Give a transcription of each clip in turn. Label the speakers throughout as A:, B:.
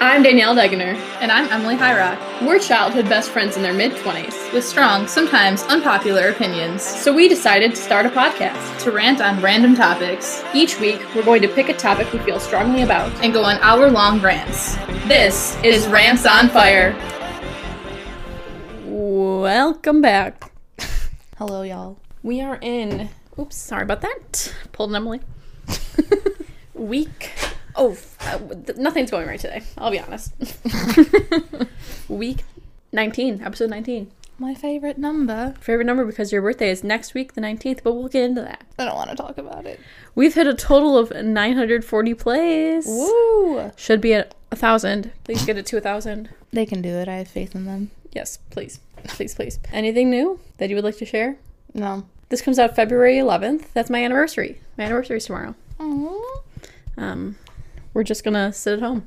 A: I'm Danielle Degener.
B: And I'm Emily Highrock
A: We're childhood best friends in their mid 20s,
B: with strong, sometimes unpopular opinions
A: so we decided to start a podcast.
B: to rant on random topics
A: Each week, we're going to pick a topic we feel strongly about.
B: and go on hour long rants.
A: This
B: Is Rants on Fire?
A: Welcome back.
B: Hello, y'all.
A: We are in. Oops, sorry about that. Pulled an Emily. Week. Oh, uh, th- nothing's going right today. I'll be honest. week 19, episode 19.
B: My favorite number.
A: Favorite number because your birthday is next week, the 19th, but we'll get into that.
B: I don't want to talk about it.
A: We've hit a total of 940 plays.
B: Woo!
A: Should be at a thousand. Please get it to a thousand.
B: They can do it. I have faith in them.
A: Yes, please, please, please. Anything new that you would like to share?
B: No.
A: This comes out February 11th. That's my anniversary. My anniversary's tomorrow.
B: Aww.
A: Um, we're just gonna sit at home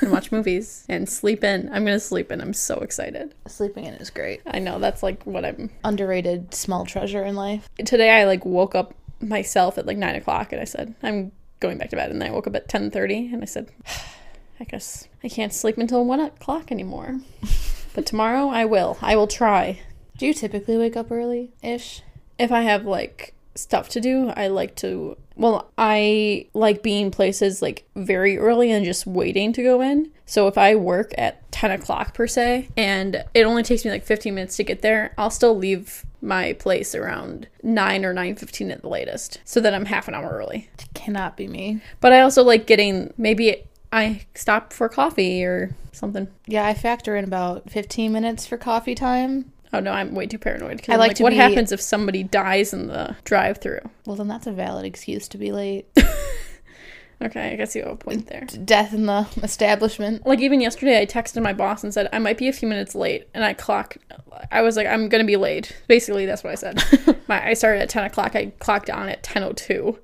A: and watch movies and sleep in. I'm gonna sleep in. I'm so excited.
B: Sleeping in is great.
A: I know that's like what I'm.
B: Underrated small treasure in life.
A: Today I like woke up myself at like nine o'clock and I said I'm going back to bed. And then I woke up at 10:30 and I said, I guess I can't sleep until one o'clock anymore. but tomorrow I will. I will try.
B: Do you typically wake up early ish?
A: if I have like stuff to do, I like to well, I like being places like very early and just waiting to go in. So if I work at 10 o'clock per se and it only takes me like 15 minutes to get there, I'll still leave my place around 9 or 9.15 at the latest so that I'm half an hour early.
B: Cannot be me.
A: But I also like getting maybe I stop for coffee or something.
B: Yeah, I factor in about 15 minutes for coffee time.
A: Oh no, I'm way too paranoid. 'cause
B: I
A: I'm
B: like to
A: what
B: be-
A: happens if somebody dies in the drive through?
B: Well, then that's a valid excuse to be late.
A: Okay, I guess you have a point there.
B: Death in the establishment.
A: like even yesterday i texted my boss and said i might be a few minutes late and i clock i was like i'm gonna be late basically that's what i said my, i started at 10 o'clock i clocked on at 10.02 and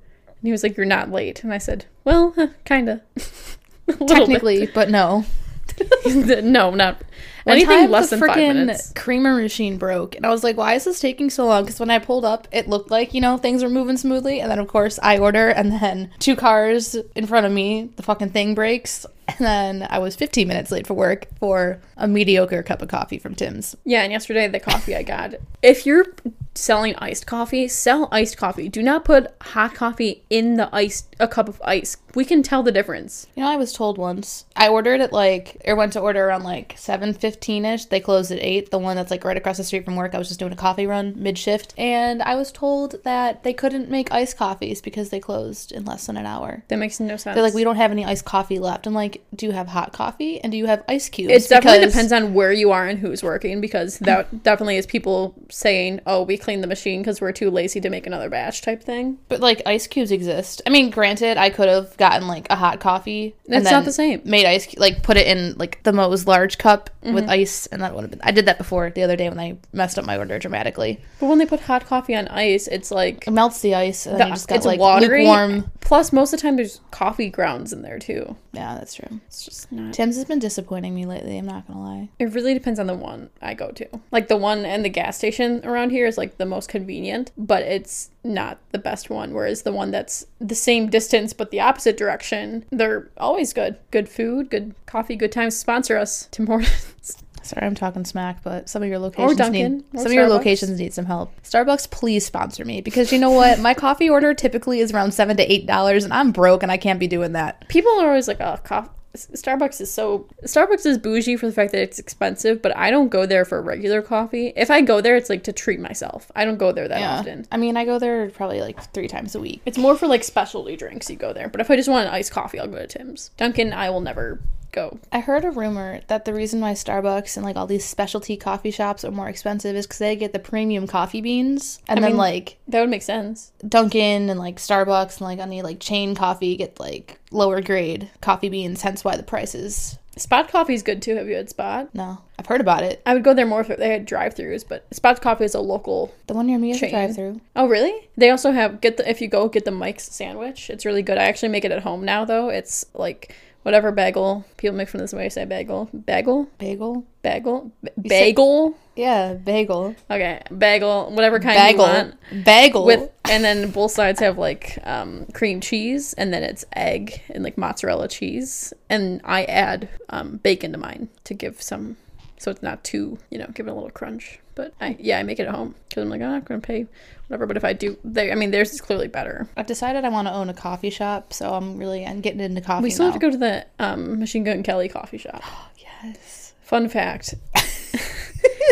A: he was like you're not late and i said well huh, kinda A little bit.
B: Technically, but no.
A: no not
B: One
A: anything
B: time,
A: less
B: the
A: than five
B: frickin'
A: minutes
B: creamer machine broke, and I was like, "Why is this taking so long?" Because when I pulled up, it looked like you know things were moving smoothly, and then of course I order, and then two cars in front of me, the fucking thing breaks, and then I was 15 minutes late for work for a mediocre cup of coffee from Tim's.
A: yeah and yesterday the coffee i got if you're selling iced coffee sell iced coffee do not put hot coffee in the ice a cup of ice we can tell the difference
B: You know, I was told once I ordered at like or went to order around like seven fifteen ish. They closed at eight. The one that's like right across the street from work. I was just doing a coffee run mid shift, and I was told that they couldn't make iced coffees because they closed in less than an hour.
A: that makes no sense
B: They're like, we don't have any iced coffee left. I'm like, do you have hot coffee and do you have ice cubes?
A: It definitely
B: Because
A: depends on where you are and who's working because that definitely is people saying, "Oh, we cleaned the machine because we're too lazy to make another batch" type thing.
B: But like ice cubes exist. I mean, granted, I could have gotten like a hot coffee.
A: It's not the same.
B: Made ice cu- like put it in like the most large cup with ice, and that would have been. I did that before the other day when I messed up my order dramatically.
A: But when they put hot coffee on ice, it's like
B: It melts the ice, and
A: the,
B: then you just got
A: it's
B: like
A: watery.
B: lukewarm.
A: Plus, most of the time there's coffee grounds in there too.
B: Yeah, that's true.
A: It's just not.
B: Tim's has been disappointing me lately. I'm not gonna lie.
A: It really depends on the one I go to. Like the one and the gas station around here is like the most convenient, but it's not the best one. Whereas the one that's the same distance but the opposite direction, they're always good. Good food, good coffee, good times. Sponsor us, Tim Hortons.
B: Sorry, I'm talking smack, but some of your locations
A: Dunkin',
B: need
A: or
B: some of your
A: Starbucks.
B: locations need some help. Starbucks, please sponsor me because you know what, my coffee order typically is around seven to eight dollars, and I'm broke and I can't be doing that.
A: People are always like, oh, coffee. Starbucks is so Starbucks is bougie for the fact that it's expensive, but I don't go there for regular coffee. If I go there, it's like to treat myself. I don't go there that often.
B: I mean, I go there probably like three times a week.
A: It's more for like specialty drinks you go there. But if I just want an iced coffee, I'll go to Tim's. Dunkin', I will never go.
B: I heard a rumor that the reason why Starbucks and like all these specialty coffee shops are more expensive is because they get the premium coffee beans, and then
A: mean-
B: like
A: That would make sense.
B: Dunkin' and like Starbucks and like any like chain coffee get like lower grade coffee beans. Hence why the prices.
A: Spot coffee is good too. Have you had Spot?
B: No, I've heard about it.
A: I would go there more if they had drive-throughs, but Spot Coffee is a local.
B: The one near me is a
A: Chain.
B: drive-through.
A: Oh, really? They also have get the if you go get the Mike's sandwich. It's really good. I actually make it at home now though. It's like whatever bagel people make from this way say bagel bagel
B: Bagel?
A: bagel B-
B: said-
A: bagel
B: Yeah, bagel.
A: okay bagel whatever kind you
B: Bagel.
A: want
B: Bagel.
A: with and then both sides have like um, cream cheese and then it's egg and like mozzarella cheese and I add um, bacon to mine to give some so it's not too you know give it a little crunch but I yeah I make it at home because I'm like "Ah, I'm not gonna pay whatever but if I do they I mean theirs is clearly better
B: I've decided I want to own a coffee shop, so I'm really I'm getting into coffee.
A: we still
B: now.
A: have to go to the um, Machine Gun Kelly coffee shop
B: Yes.
A: fun fact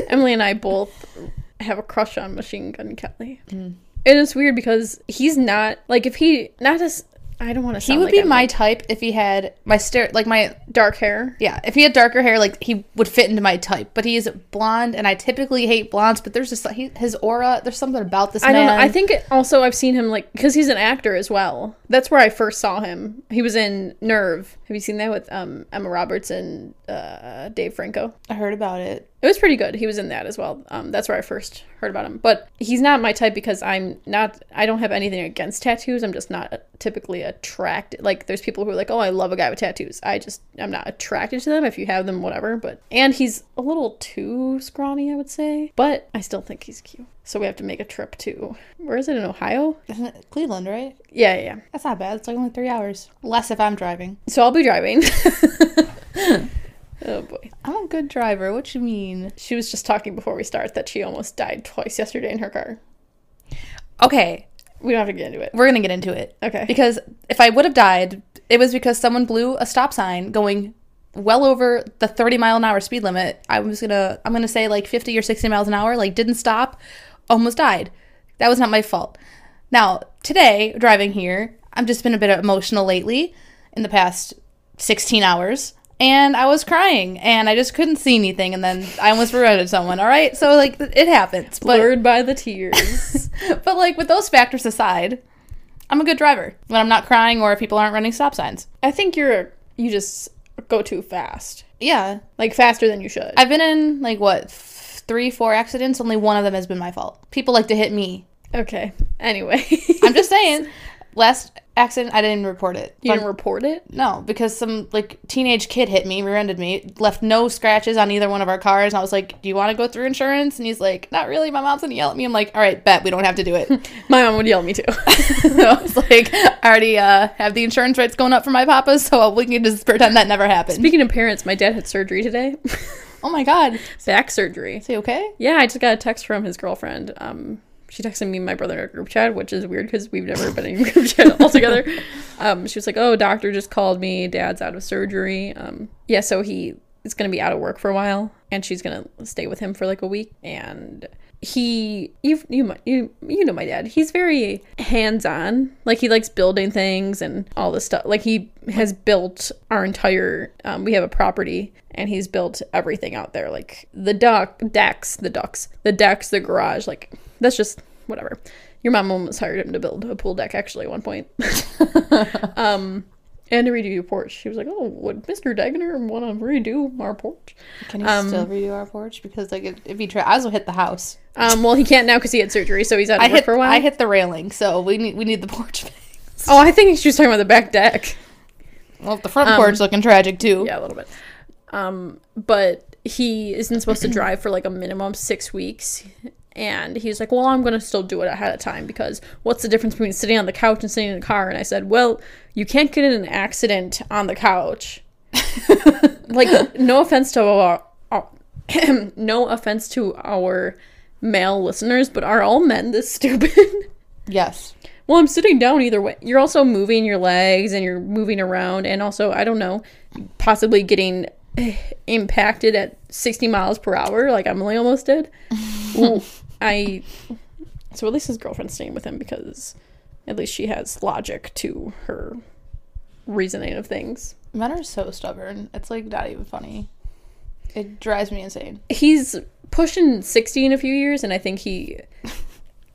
A: Emily and I both have a crush on Machine Gun Kelly.
B: Mm.
A: And it's weird because he's not like if he not as I don't want to.
B: He would be my type if he had my stare like my
A: dark hair.
B: yeah, if he had darker hair, like he would fit into my type. But he is blonde, and I typically hate blondes. But there's just he, his aura. There's something about this
A: I don't
B: man.
A: know. I think it, also I've seen him like because he's an actor as well. That's where I first saw him. He was in Nerve. Have you seen that with um, Emma Roberts and uh, Dave Franco?
B: I heard about it.
A: It was pretty good. He was in that as well. Um, that's where I first heard about him. But he's not my type because I'm not. I don't have anything against tattoos. I'm just not typically attracted. Like there's people who are like, oh, I love a guy with tattoos. I just I'm not attracted to them. If you have them, whatever. But and he's a little too scrawny, I would say. But I still think he's cute. So we have to make a trip to where is it in Ohio?
B: Isn't it Cleveland, right?
A: Yeah, yeah. yeah.
B: That's not bad. It's like only three hours. Less if I'm driving.
A: So I'll be driving. oh boy.
B: I'm a good driver. What you mean?
A: She was just talking before we start that she almost died twice yesterday in her car.
B: Okay,
A: We don't have to get into it.
B: we're gonna get into it.
A: Okay.
B: Because if I would have died, it was because someone blew a stop sign going well over the 30 mile an hour speed limit. I was gonna, I'm gonna say like 50 or 60 miles an hour, like didn't stop, almost died. That was not my fault. Now, today, driving here, I've just been a bit emotional lately in the past 16 hours. And I was crying, and I just couldn't see anything, and then I almost rear-ended someone. All right, so like it happens, but
A: blurred by the tears.
B: but like with those factors aside, I'm a good driver when I'm not crying or if people aren't running stop signs.
A: I think you're you just go too fast,
B: Yeah,
A: like faster than you should.
B: I've been in like what f- three, four accidents. Only one of them has been my fault. People like to hit me.
A: okay. Anyway,
B: I'm just saying. Last accident, I didn't report it.
A: you
B: But-
A: didn't report it.
B: no, because some like teenage kid hit me, rear-ended me, left no scratches on either one of our cars, and I was like, "Do you want to go through insurance?" And he's like, "Not really. My mom's gonna yell at me." I'm like, "All right, bet we don't have to do it."
A: My mom would yell at me too.
B: I was like, I already uh, have the insurance rates going up for my papa, so we can just pretend that never happened.
A: Speaking of parents, my dad had surgery today,
B: oh my god, is
A: back surgery.
B: he okay?
A: Yeah, I just got a text from his girlfriend. Um, she texted me and my brother in a group chat, which is weird because we've never been in a group chat all together. Um, she was like, "Oh, doctor just called me. Dad's out of surgery. Um, yeah, so he is gonna be out of work for a while, and she's gonna stay with him for like a week. And he, you, you, mi- you, you know my dad. He's very hands-on. Like he likes building things and all this stuff. Like he has built our entire. Um, we have a property, and he's built everything out there, like the dock decks, the ducks, the decks, the garage. Like that's just whatever. Your mom almost hired him to build a pool deck actually at one point. um and to redo your porch. She was like, Oh, would Mr. Degner wanna redo our porch?
B: Can you still redo our porch? Because like if, if he try, I also hit the house.
A: Um well he can't now because he had surgery, so he's out of
B: I
A: work
B: hit
A: for a while.
B: I hit the railing, so we need we need the porch.
A: oh, I think she was talking about the back deck.
B: well, the front porch looking tragic too.
A: Yeah, a little bit. Um, but he isn't supposed to drive for like a minimum six weeks. And he's like, Well, I'm going to still do it ahead of time because what's the difference between sitting on the couch and sitting in a car? And I said, Well, you can't get in an accident on the couch. like, no offense to our, our no offense to our male listeners, but are all men this stupid?
B: Yes.
A: Well, I'm sitting down either way. You're also moving your legs and you're moving around, and also, I don't know, possibly getting eh, impacted at 60 miles per hour, like Emily almost did. Ooh, I. So at least his girlfriend's staying with him because at least she has logic to her reasoning of things.
B: Men are so stubborn. It's like not even funny. It drives me insane.
A: He's pushing 60 in a few years, and I think he.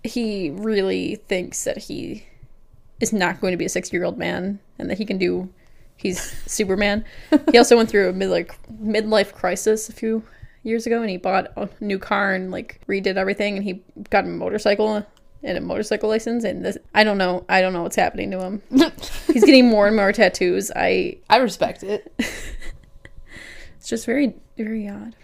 A: He really thinks that he is not going to be a 60 year old man and that he can do he's superman he also went through a mid, like, midlife crisis a few years ago and he bought a new car and like redid everything and he got a motorcycle and a motorcycle license and this I don't know. I don't know what's happening to him. He's getting more and more tattoos. I
B: I respect it.
A: it's just very very odd.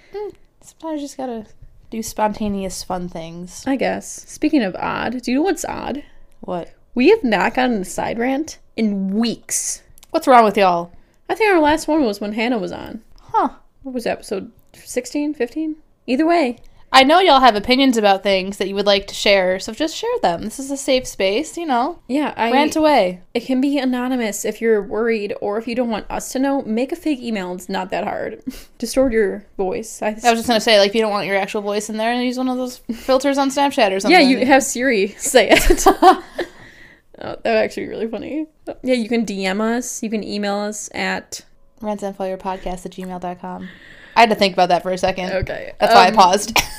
B: Sometimes you just gotta do spontaneous fun things.
A: I guess. Speaking of odd, do you know what's odd?
B: What?
A: We have not gotten a side rant in weeks.
B: What's wrong with y'all?
A: I think our last one was when Hannah was on.
B: Huh.
A: What was that, episode 16, 15? Either way.
B: I know y'all have opinions about things that you would like to share, so just share them. This is a safe space, you know.
A: Yeah, I
B: Rant away.
A: it can be anonymous if you're worried or if you don't want us to know. Make a fake email. It's not that hard. Distort your voice. I,
B: I was just gonna say, like, if you don't want your actual voice in there, use one of those filters on Snapchat or something.
A: yeah, you have Siri say it. oh, that would actually be really funny. Yeah, you can DM us. You can email us at
B: Rants and Fire Podcast at gmail.com. I had to think about that for a second.
A: okay.
B: That's why I
A: um,
B: paused.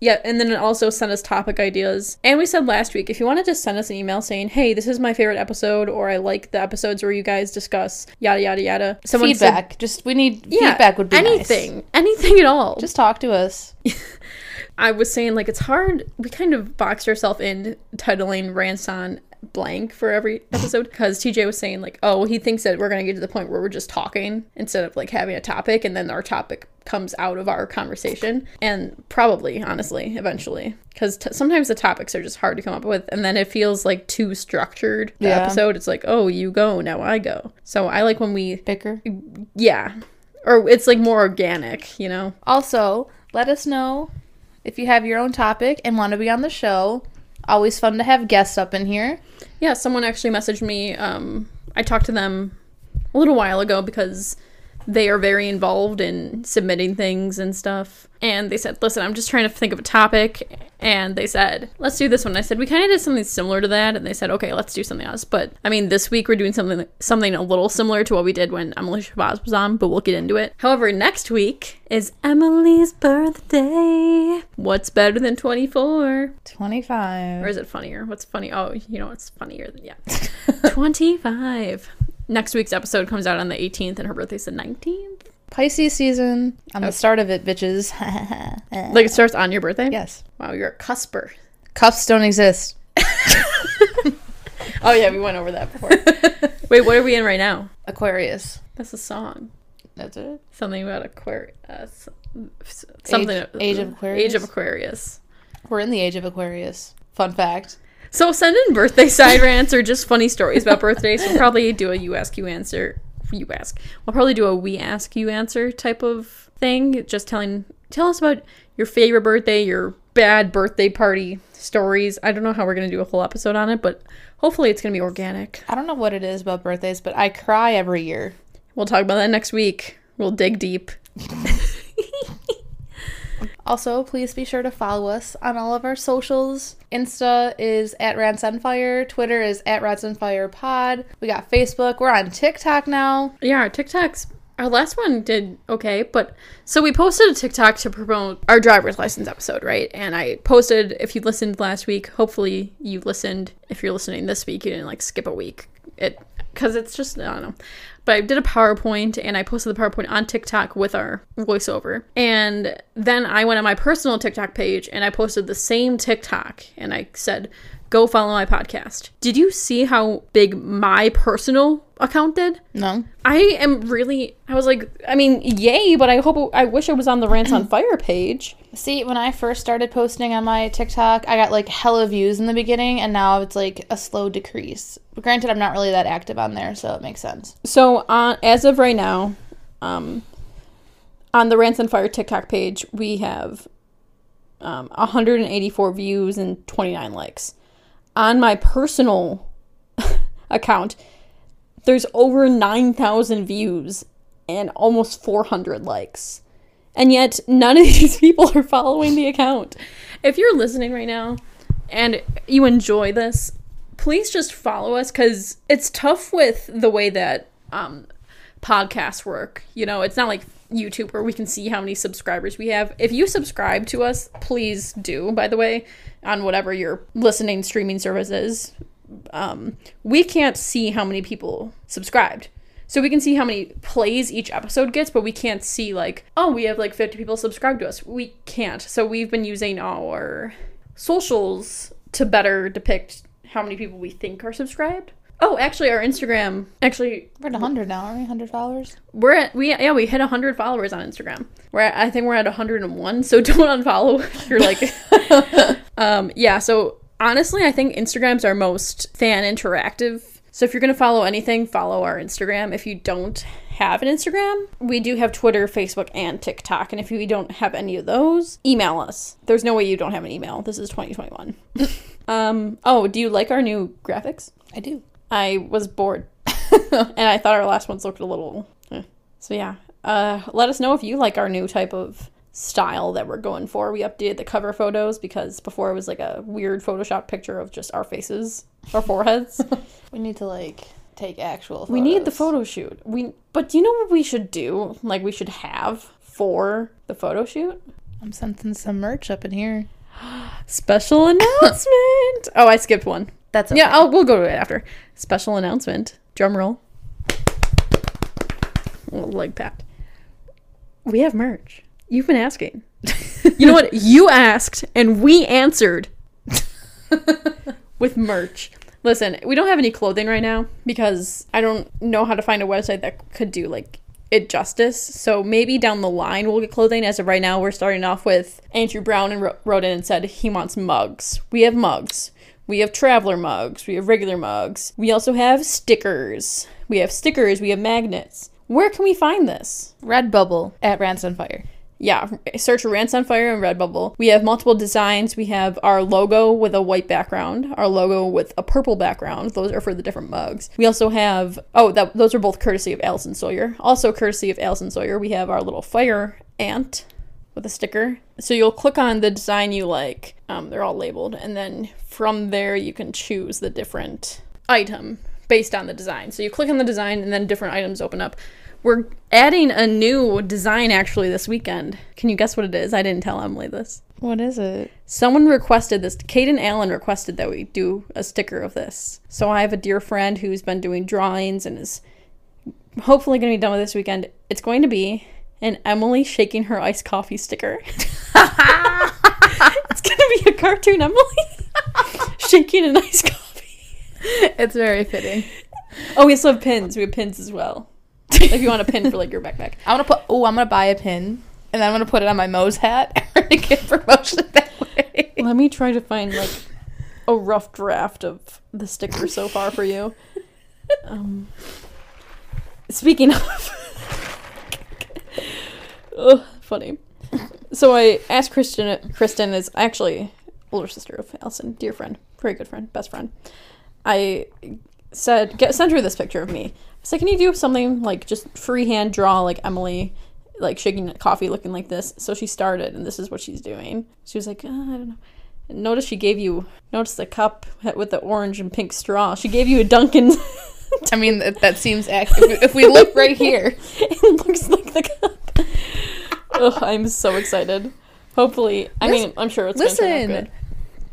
A: Yeah, and then also send us topic ideas. And we said last week if you wanted to send us an email saying, "Hey, this is my favorite episode," or "I like the episodes where you guys discuss yada yada yada," someone said-
B: feedback. just we need feedback would be nice.
A: anything, anything at all.
B: Just talk to us.
A: I was saying like it's hard. We kind of boxed ourselves in titling rants on blank for every episode because TJ was saying like, oh, he thinks that we're gonna get to the point where we're just talking instead of like having a topic, and then our topic comes out of our conversation, and probably honestly eventually because t- sometimes the topics are just hard to come up with, and then it feels like too structured. The
B: Yeah.
A: episode, it's like, oh, you go now, I go. So I like when we,
B: Bicker.
A: yeah, or it's like more organic, you know.
B: Also, let us know if you have your own topic and want to be on the show. Always fun to have guests up in here.
A: Yeah, someone actually messaged me. Um, I talked to them a little while ago because they are very involved in submitting things and stuff. And they said, "Listen, I'm just trying to think of a topic." And they said, "Let's do this one." I said, "We kind of did something similar to that," and they said, "Okay, let's do something else." But I mean, this week we're doing something something a little similar to what we did when Emily Shabazz was on, but we'll get into it. However, next week is Emily's birthday. What's better than 24?
B: 25.
A: Or is it funnier? What's funny? Oh, you know what's funnier than yeah. 25. Next week's episode comes out on the 18th and her birthday's the 19th.
B: Pisces season. I'm the start of it, bitches.
A: Like it starts on your birthday?
B: yes.
A: Wow, you're a cusper.
B: Cuffs don't exist.
A: Oh yeah, we went over that before. Wait, what are we in right now?
B: Aquarius.
A: That's a song.
B: That's it.
A: Something about Aquarius. something
B: Age of Aquarius?
A: Age of Aquarius.
B: We're in the age of Aquarius. Fun fact.
A: So send in birthday side rants or just funny stories about birthdays. We'll probably do a you ask you answer. You ask. We'll probably do a we ask you answer type of thing. Just telling tell us about your favorite birthday, your bad birthday party stories. I don't know how we're gonna do a whole episode on it, but hopefully it's gonna be organic.
B: I don't know what it is about birthdays, but I cry every year.
A: We'll talk about that next week. We'll dig deep.
B: Also, please be sure to follow us on all of our socials. Insta is at Rants on Fire. Twitter is at Rants on Fire Pod. We got Facebook. We're on TikTok now.
A: Yeah, our TikToks. Our last one did okay, but so we posted a TikTok to promote our driver's license episode, right? And I posted, if you listened last week, hopefully you listened. If you're listening this week, you didn't like skip a week. It because it's just I don't know. But I did a PowerPoint and I posted the PowerPoint on TikTok with our voiceover. And then I went on my personal TikTok page and I posted the same TikTok and I said, go follow my podcast. Did you see how big my personal account did?
B: No.
A: I am really. I was like, I mean, yay! But I hope I wish it was on the rants on fire page.
B: See, when I first started posting on my TikTok, I got like hella views in the beginning, and now it's like a slow decrease. Granted, I'm not really that active on there, so it makes sense.
A: So on as of right now, um, on the rants on fire TikTok page, we have um 184 views and 29 likes. On my personal account, there's over 9,000 views and almost 400 likes. And yet, none of these people are following the account. If you're listening right now and you enjoy this, please just follow us because it's tough with the way that um, podcasts work. You know, it's not like YouTube where we can see how many subscribers we have. If you subscribe to us, please do, by the way, on whatever your listening streaming service is um, we can't see how many people subscribed. So we can see how many plays each episode gets, but we can't see like, oh, we have like 50 people subscribed to us. We can't. So we've been using our socials to better depict how many people we think are subscribed. Oh, actually, our Instagram. Actually,
B: We're at 100 now, aren't we? 100 followers?
A: we're at we yeah we hit 100 followers on Instagram. We're at, I think we're at 101. So don't unfollow. if You're like, um, yeah. So honestly, I think Instagram's our most fan interactive. So if you're gonna follow anything, follow our Instagram. If you don't have an Instagram, we do have Twitter, Facebook, and TikTok. And if you don't have any of those, email us. There's no way you don't have an email. This is 2021. um. Oh, do you like our new graphics?
B: I do.
A: I was bored. and I thought our last ones looked a little. eh. So, yeah. Uh, let us know if you like our new type of style that we're going for. We updated the cover photos because before it was like a weird Photoshop picture of just our faces, our foreheads.
B: We need to like take actual
A: we need the
B: photos.
A: photo shoot. We, but do you know what we should do? Like, we should have for the photo shoot?
B: I'm sending some merch up in here.
A: Special announcement! oh, I skipped one.
B: That's
A: Yeah, I'll, we'll go to it after. Special announcement. Drum roll. Little leg pat. We have merch. You've been asking. You know what? You asked and we answered with merch. Listen, we don't have any clothing right now because I don't know how to find a website that could do like it justice. So maybe down the line we'll get clothing. As of right now, we're starting off with Andrew Brown and Ro- wrote in and said he wants mugs. We have mugs. We have traveler mugs. We have regular mugs. We also have stickers. We have stickers. We have magnets. Where can we find this?
B: Redbubble at Rants on Fire.
A: yeah, search Rants on Fire and Redbubble. We have multiple designs. We have our logo with a white background, our logo with a purple background. Those are for the different mugs. We also have oh, that those are both courtesy of Allison Sawyer. Also courtesy of Allison Sawyer, we have our little fire ant with a sticker. So you'll click on the design you like. Um, they're all labeled, and then from there you can choose the different item based on the design. So you click on the design, and then different items open up. We're adding a new design actually this weekend. Can you guess what it is? I didn't tell Emily this.
B: What is it?
A: Someone requested this. Caden Allen requested that we do a sticker of this. So I have a dear friend who's been doing drawings and is hopefully going to be done with this weekend. It's going to be an Emily shaking her iced coffee sticker. it's going to be a cartoon Emily shaking an iced coffee.
B: It's very fitting.
A: Oh, we also have pins. We have pins as well. If you want a pin for like your backpack.
B: I'm gonna put. Oh, I'm gonna buy a pin, and then I'm gonna put it on my Moe's hat. and We're gonna get promotion that way.
A: Let me try to find like a rough draft of the sticker so far for you. Um, speaking of, Ugh, funny. So I asked Kristen. Kristen is actually older sister of Allison, dear friend, very good friend, best friend. I said, get send her this picture of me. I said, can you do something like just freehand draw like Emily, like shaking coffee, looking like this? So she started, and this is what she's doing. She was like, uh, I don't know. Notice she gave you notice the cup with the orange and pink straw. She gave you a Dunkin'.
B: I mean, that, that seems. Ac- if, we- if we look right here,
A: it looks like the cup. Ugh, I'm so excited. Hopefully, I
B: Lis-
A: mean, I'm sure it's gonna turn out
B: listen.
A: good.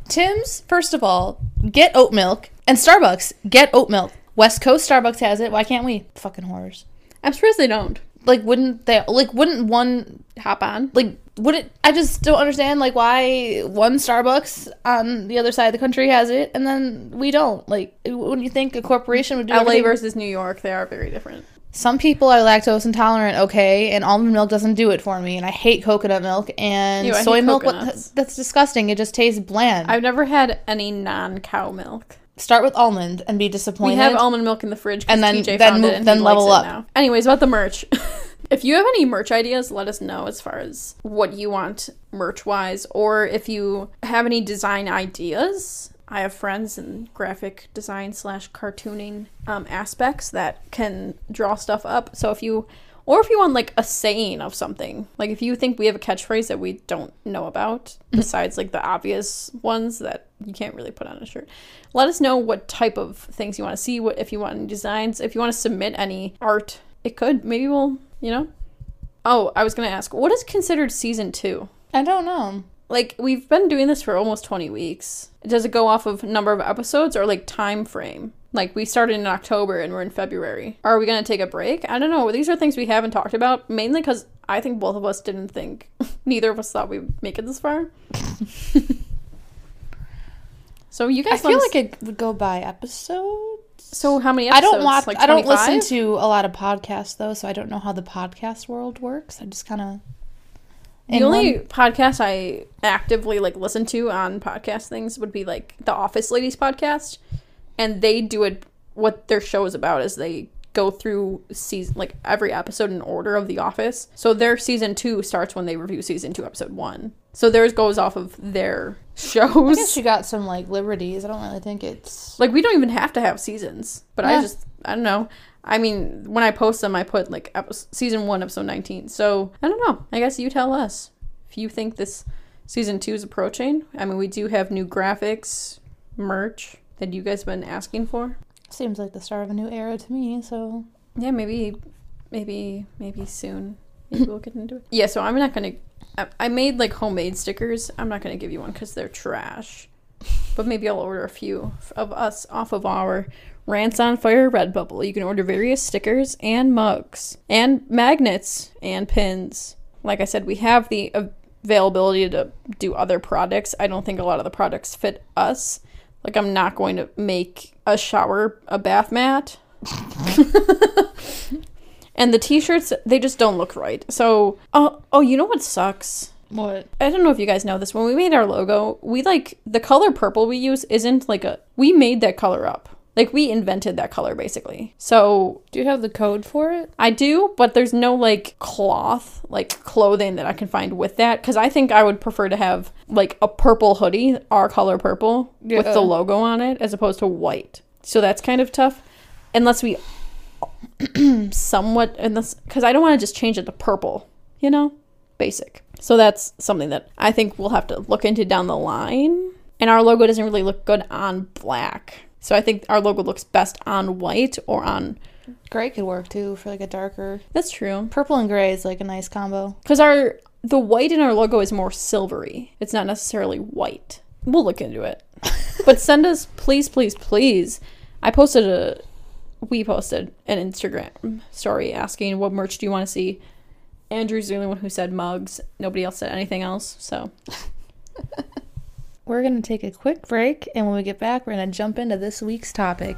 B: Tim's. First of all, get oat milk, and Starbucks get oat milk. West Coast Starbucks has it. Why can't we? Fucking horrors.
A: I'm surprised they don't
B: Like, wouldn't they? Like, wouldn't one
A: hop on.
B: like would it i just don't understand like why one starbucks on the other side of the country has it and then we don't like wouldn't you think a corporation would do
A: LA
B: everything?
A: versus New York, they are very different.
B: some people are lactose intolerant okay and almond milk doesn't do it for me and i hate coconut milk and
A: Ew, I hate
B: soy milk what-
A: coconuts.
B: that's disgusting it just tastes bland
A: I've never had any non-cow milk.
B: start with almond and be disappointed
A: We have almond milk in the fridge, 'cause
B: And then-
A: TJ
B: then
A: found
B: move-
A: it and
B: then
A: he
B: level
A: likes it
B: up.
A: now. Anyways, about the merch. if you have any merch ideas, let us know as far as what you want merch wise, or if you have any design ideas. I have friends in graphic design slash cartooning um, aspects that can draw stuff up. So if you, or if you want like a saying of something, like if you think we have a catchphrase that we don't know about, besides like the obvious ones that you can't really put on a shirt. Let us know what type of things you want to see, what if you want any designs, if you want to submit any art. It could maybe we'll, you know. Oh, I was going to ask, what is considered season 2?
B: i don't know
A: Like we've been doing this for almost 20 weeks. Does it go off of number of episodes or like time frame? Like we started in October and we're in February. Are we going to take a break? I don't know. These are things we haven't talked about mainly cuz I think both of us didn't think neither of us thought we'd make it this far. So you guys
B: I
A: let
B: feel
A: us-
B: like it would go by episode.
A: so how many
B: I
A: episodes?
B: don't watch.
A: Like
B: I don't
A: 25?
B: listen to a lot of podcasts though, so I don't know how the podcast world works. I just kind of.
A: The only podcast I actively like listen to on podcast things would be like the Office Ladies podcast, and they do it. What their show is about is they go through season like every episode in order of The Office. So their season two starts when they review season two, episode one. So theirs goes off of their
B: I guess
A: shows.
B: you got some like liberties. I don't really think it's.
A: Like we don't even have to have seasons, but I
B: Yeah.
A: just I don't know. I mean, when I post them, I put like epis season one, episode nineteen. So I don't know. I guess you tell us if you think this season two is approaching. I mean, we do have new graphics, merch that you guys have been asking for.
B: Seems like the start of a new era to me. So
A: Yeah, maybe, maybe, maybe soon. Maybe we'll get into it. Yeah, so I'm not gonna. I, I made like homemade stickers. I'm not gonna give you one because they're trash. But maybe I'll order a few f- of us off of our Rants on Fire Redbubble. You can order various stickers and mugs and magnets and pins. Like I said, we have the availability to do other products. I don't think a lot of the products fit us. Like, I'm not going to make a shower, a bath mat. And the t-shirts, they just don't look right. So, oh, oh, you know what sucks?
B: what?
A: I don't know if you guys know this. When we made our logo, we like the color purple we use isn't like a we made that color up. Like we invented that color basically. So,
B: Do you have the code for it?
A: I do, but there's no like cloth, like clothing that I can find with that cuz I think I would prefer to have like a purple hoodie, our color purple with
B: Yeah.
A: the logo on it as opposed to white. So that's kind of tough unless we somewhat in this because I don't want to just change it to purple, you know, basic. So that's something that I think we'll have to look into down the line. And our logo doesn't really look good on black. So I think our logo looks best on white or on.
B: Gray could work too for like a darker.
A: That's true.
B: Purple and gray is like a nice combo.
A: Because our the white in our logo is more silvery. It's not necessarily white. We'll look into it. but send us, please, please, please. I posted a, we posted an Instagram story asking what merch do you want to see. Andrew's the only one who said mugs. Nobody else said anything else. So
B: We're gonna take a quick break, and when we get back, we're gonna jump into this week's topic.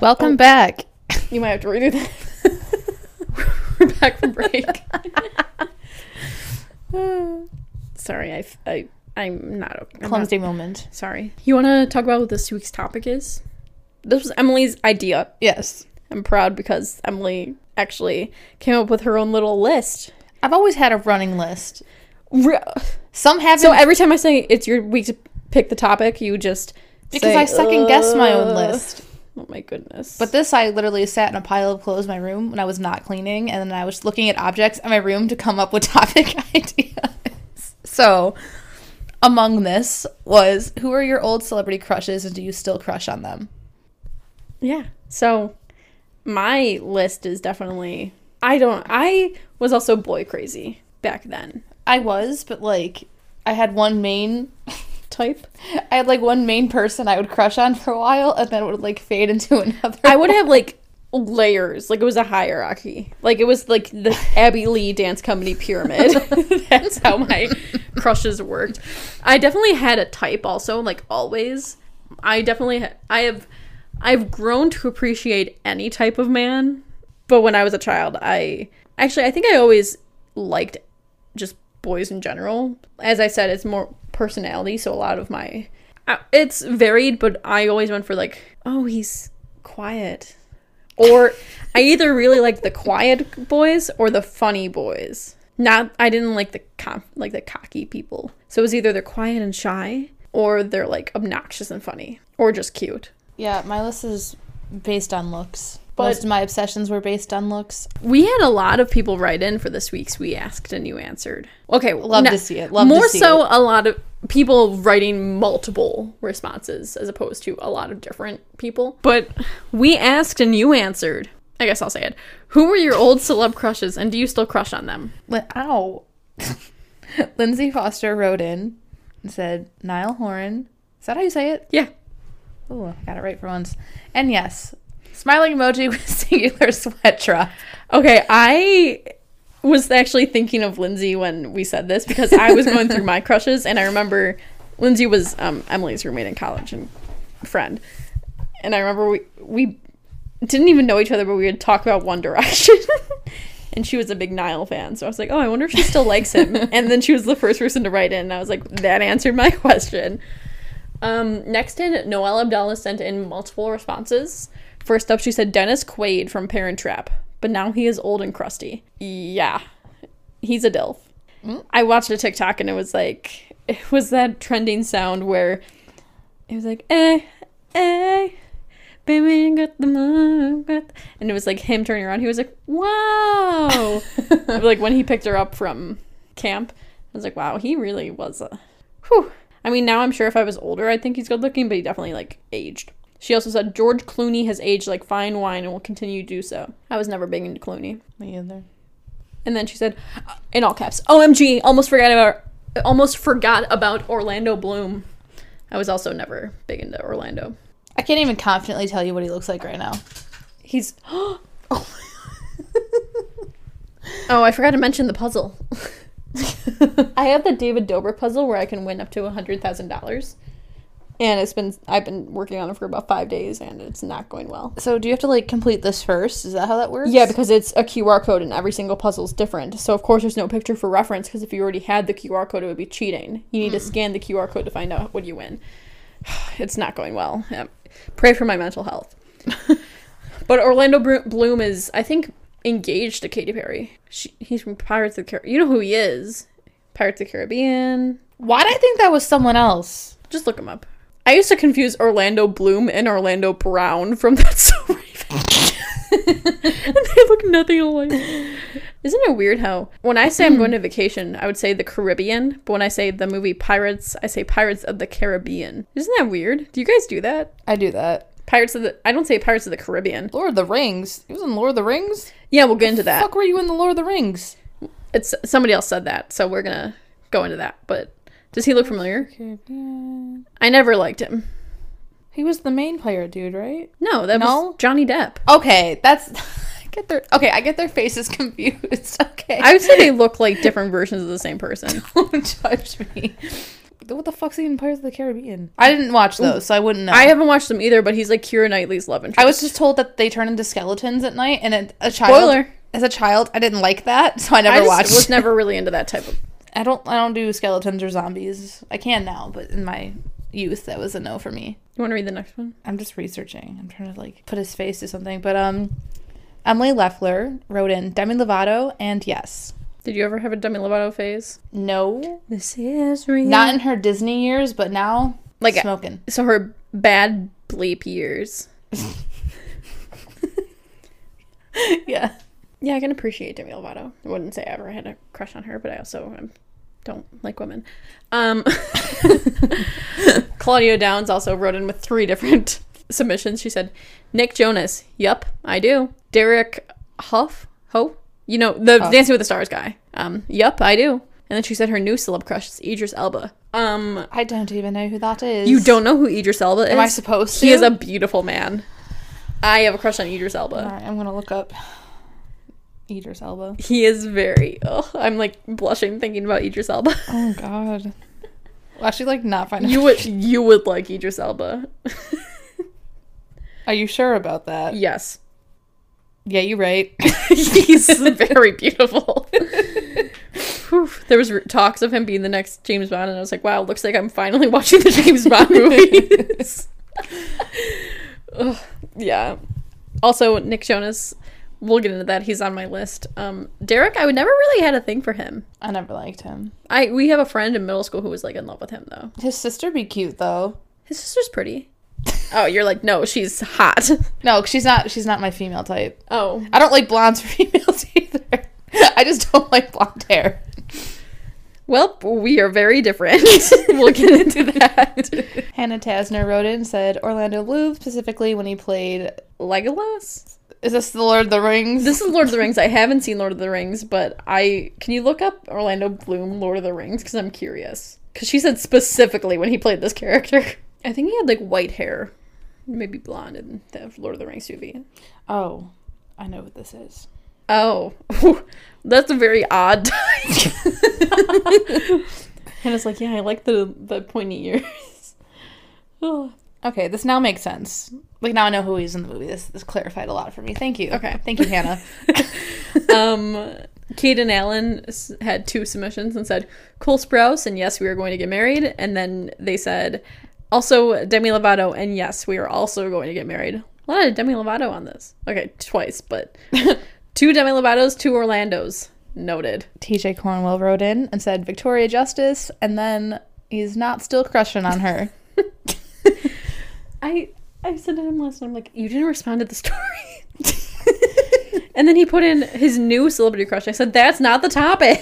B: Welcome back.
A: you might have to redo that. We're back from break. Sorry, I, I, I'm not okay.
B: Clumsy moment.
A: Sorry. You want to talk about what this week's topic is? This was Emily's idea.
B: Yes.
A: I'm proud because Emily actually came up with her own little list.
B: I've always had a running list.
A: Re-
B: Some haven't
A: So every time I say it's your week to pick the topic, you just
B: because
A: say, uh,
B: I second guess my own
A: "Ugh."
B: list.
A: Oh my goodness!
B: But this, I literally sat in a pile of clothes in my room when I was not cleaning, and then I was looking at objects in my room to come up with topic ideas. So, among this was who are your old celebrity crushes, and do you still crush on them?
A: yeah, so my list is definitely. I don't. I was also boy crazy back then.
B: I was, but like, I had one main.
A: Type.
B: I had like one main person I would crush on for a while, and then it would like fade into another.
A: I would have like layers, like it was a hierarchy. Like it was like the Abby Lee dance company pyramid. That's how my crushes worked. I definitely had a type also, like always. I definitely ha- I have I've grown to appreciate any type of man, but when I was a child, I actually I think I always liked just boys in general. As I said, it's more personality, so a lot of my I- it's varied, but I always went for like, oh, he's quiet. Or I either really liked the quiet boys or the funny boys. Not I didn't like the com- like the cocky people. So it was either they're quiet and shy or they're like obnoxious and funny or just cute.
B: yeah, my list is based on looks.
A: But-
B: Most of my obsessions were based on looks.
A: We had a lot of people write in for this week's We Asked and You Answered. Okay,
B: Love to see it, love to
A: more
B: see
A: so, a lot of people writing multiple responses as opposed to a lot of different people. But we asked and you answered. I guess I'll say it. Who were your old celeb crushes, and do you still crush on them?
B: Li- Ow. Lindsay Foster wrote in and said, Niall Horan. Is that how you say it?
A: Yeah,
B: Ooh, I got it right for once. And yes, smiling emoji with singular sweat drop.
A: Okay, I was actually thinking of Lindsay when we said this because I was going through my crushes and I remember Lindsay was um, Emily's roommate in college and friend. And I remember we we didn't even know each other, but we would talk about One Direction. and she was a big Nile fan, so I was like, "Oh, I wonder if she still likes him." and then she was the first person to write in, and I was like, "That answered my question." Um, next in, Noelle Abdallah sent in multiple responses. First up, she said Dennis Quaid from Parent Trap, but now he is old and crusty. Yeah, he's a DILF. I watched a TikTok and it was like, it was that trending sound where it was like, eh, eh, baby, got the moon, got the-" and it was like him turning around. He was like, wow. like when he picked her up from camp, I was like, wow, he really was a. Whew. I mean, now I'm sure if I was older, I think he's good looking, but he definitely like aged. She also said George Clooney has aged like fine wine and will continue to do so. I was never big into Clooney.
B: Me either.
A: And then she said, uh, in all caps, "OMG! Almost forgot about almost forgot about Orlando Bloom." I was also never big into Orlando.
B: I can't even confidently tell you what he looks like right now.
A: He's oh, oh, I forgot to mention the puzzle. I have the David Dobrik puzzle where I can win up to hundred thousand dollars, and it's been I've been working on it for about five days, and it's not going well.
B: So do you have to like complete this first? Is that how that works?
A: Yeah, because it's a QR code and every single puzzle's different. So of course there's no picture for reference because if you already had the QR code, it would be cheating. You need to scan the QR code to find out what you win. It's not going well. Yeah. Pray for my mental health. but Orlando Bru- Bloom is, I think, engaged to Katy Perry. She, he's from Pirates of the Caribbean. You know who he is? Pirates of the Caribbean.
B: Why did I think that was someone else?
A: Just look him up. I used to confuse Orlando Bloom and Orlando Brown from That's So Raven. and they look nothing alike. Isn't it weird how when I say I'm going to vacation, I would say the Caribbean, but when I say the movie Pirates, I say Pirates of the Caribbean. Isn't that weird? Do you guys do that?
B: I do that.
A: Pirates of the I don't say Pirates of the Caribbean.
B: Lord of the Rings. He was in Lord of the Rings.
A: Yeah, we'll get into that.
B: Fuck, were you in the Lord of the Rings?
A: It's somebody else said that, so we're gonna go into that. But does he look familiar? I never liked him.
B: He was the main player, dude, right?
A: No, that
B: No?
A: was Johnny Depp.
B: Okay, that's. I get their okay. I get their faces confused. Okay,
A: I would say they look like different versions of the same person.
B: don't judge me. What the fuck's even Pirates of the Caribbean? I didn't watch those, so I wouldn't know.
A: I
B: I,
A: haven't watched them either, but he's like Kira Knightley's love interest.
B: was just told that they turn into skeletons at night, and a, a child.
A: Spoiler.
B: As a child, I didn't like that, so I
A: I
B: never
A: just
B: watched.
A: was never really into that type of.
B: I don't. I don't do skeletons or zombies. I can now, but in my youth, that was a no for me.
A: You want to read the next one?
B: I'm just researching. I'm trying to like put his face to something, but um, Emily Leffler wrote in Demi Lovato, and yes,
A: Did you ever have a Demi Lovato phase?
B: no,
A: This is real.
B: not in her Disney years, but now
A: Like-
B: like smoking.
A: so her bad bleep years.
B: yeah.
A: Yeah, I can appreciate Demi Lovato. I wouldn't say I ever had a crush on her, but I also um, don't like women. Um, Claudia Downs also wrote in with three different submissions. She said, Nick Jonas, yup, I do. Derek Huff, Ho, you know, the Dancing with the Stars guy, um, yup, I do. And then she said her new celeb crush is Idris Elba. Um,
B: I don't even know who that is.
A: you don't know who Idris Elba is?
B: Am I supposed to?
A: He is a beautiful man. I have a crush on Idris Elba.
B: All right, I'm gonna look up Idris Elba.
A: He is very. Oh, I'm like blushing thinking about Idris Elba.
B: Oh God. Well, actually, like not finding.
A: you would you would like Idris Elba?
B: Are you sure about that?
A: yes,
B: Yeah, you're right.
A: he's very beautiful. Whew. There was r- talks of him being the next James Bond, and I was like, wow, looks like I'm finally watching the James Bond movies. Ugh, yeah. Also, Nick Jonas. We'll get into that. He's on my list. Um, Derek, I would never really had a thing for him.
B: I never liked him.
A: I we have a friend in middle school who was like in love with him though.
B: His sister be cute though.
A: His sister's pretty. Oh, you're like, no, she's hot.
B: No, she's not. She's not my female type.
A: Oh.
B: I don't like blondes for females either. I just don't like blonde hair.
A: Well, we are very different. we'll get into that.
B: Hannah Tasner wrote in and said Orlando Bloom specifically when he played.
A: Legolas?
B: Is this the Lord of the Rings?
A: This is Lord of the Rings. I haven't seen Lord of the Rings, but I can you look up Orlando Bloom Lord of the Rings cuz I'm curious. Cuz she said specifically when he played this character. I think he had like white hair, maybe blonde in the Lord of the Rings movie.
B: oh, I know what this is.
A: Oh, that's a very odd time. and it's like, yeah, I like the the pointy ears. Oh,
B: Okay, this now makes sense. Like now I know who he's in the movie. This this clarified a lot for me. Thank you.
A: Okay.
B: Thank you, Hannah.
A: um, Kate and Alan s- had two submissions and said Cole Sprouse and yes, we are going to get married. And then they said also Demi Lovato and yes, we are also going to get married. A lot of Demi Lovato on this. Okay, twice, but two Demi Lovatos, two Orlandos. Noted.
B: TJ Cornwell wrote in and said Victoria Justice, and then he's not still crushing on her.
A: I I said to him last night, I'm like, you didn't respond to the story. and then he put in his new celebrity crush. I said, that's not the topic.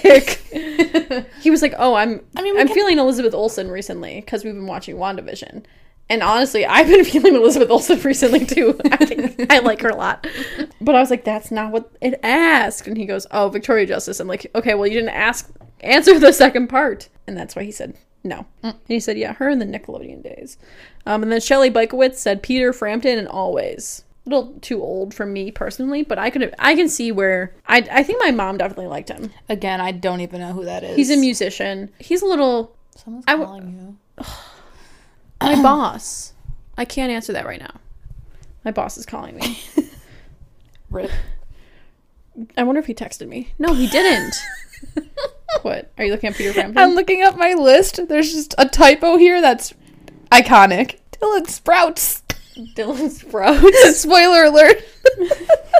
A: he was like, oh, I'm I
B: I
A: mean,
B: mean, we
A: I'm
B: can-
A: feeling Elizabeth Olsen recently because we've been watching WandaVision. And honestly, I've been feeling Elizabeth Olsen recently too. I think I like her a lot. But I was like, that's not what it asked. And he goes, oh, Victoria Justice. I'm like, okay, well, you didn't ask answer the second part. And that's why he said no. And he said, yeah, her in the Nickelodeon days. Um, and then Shelley Bykowitz said Peter Frampton and always. A little too old for me personally, but I could I can see where I I think my mom definitely liked him.
B: Again, I don't even know who that is.
A: He's a musician. He's a little
B: Someone's
A: I w-
B: calling you.
A: my boss. I can't answer that right now. My boss is calling me.
B: Rip.
A: I wonder if he texted me. No, he didn't. what? Are you looking at Peter Frampton?
B: I'm looking up my list. There's just a typo here that's iconic. Dylan Sprouts.
A: Dylan Sprouse.
B: Spoiler alert.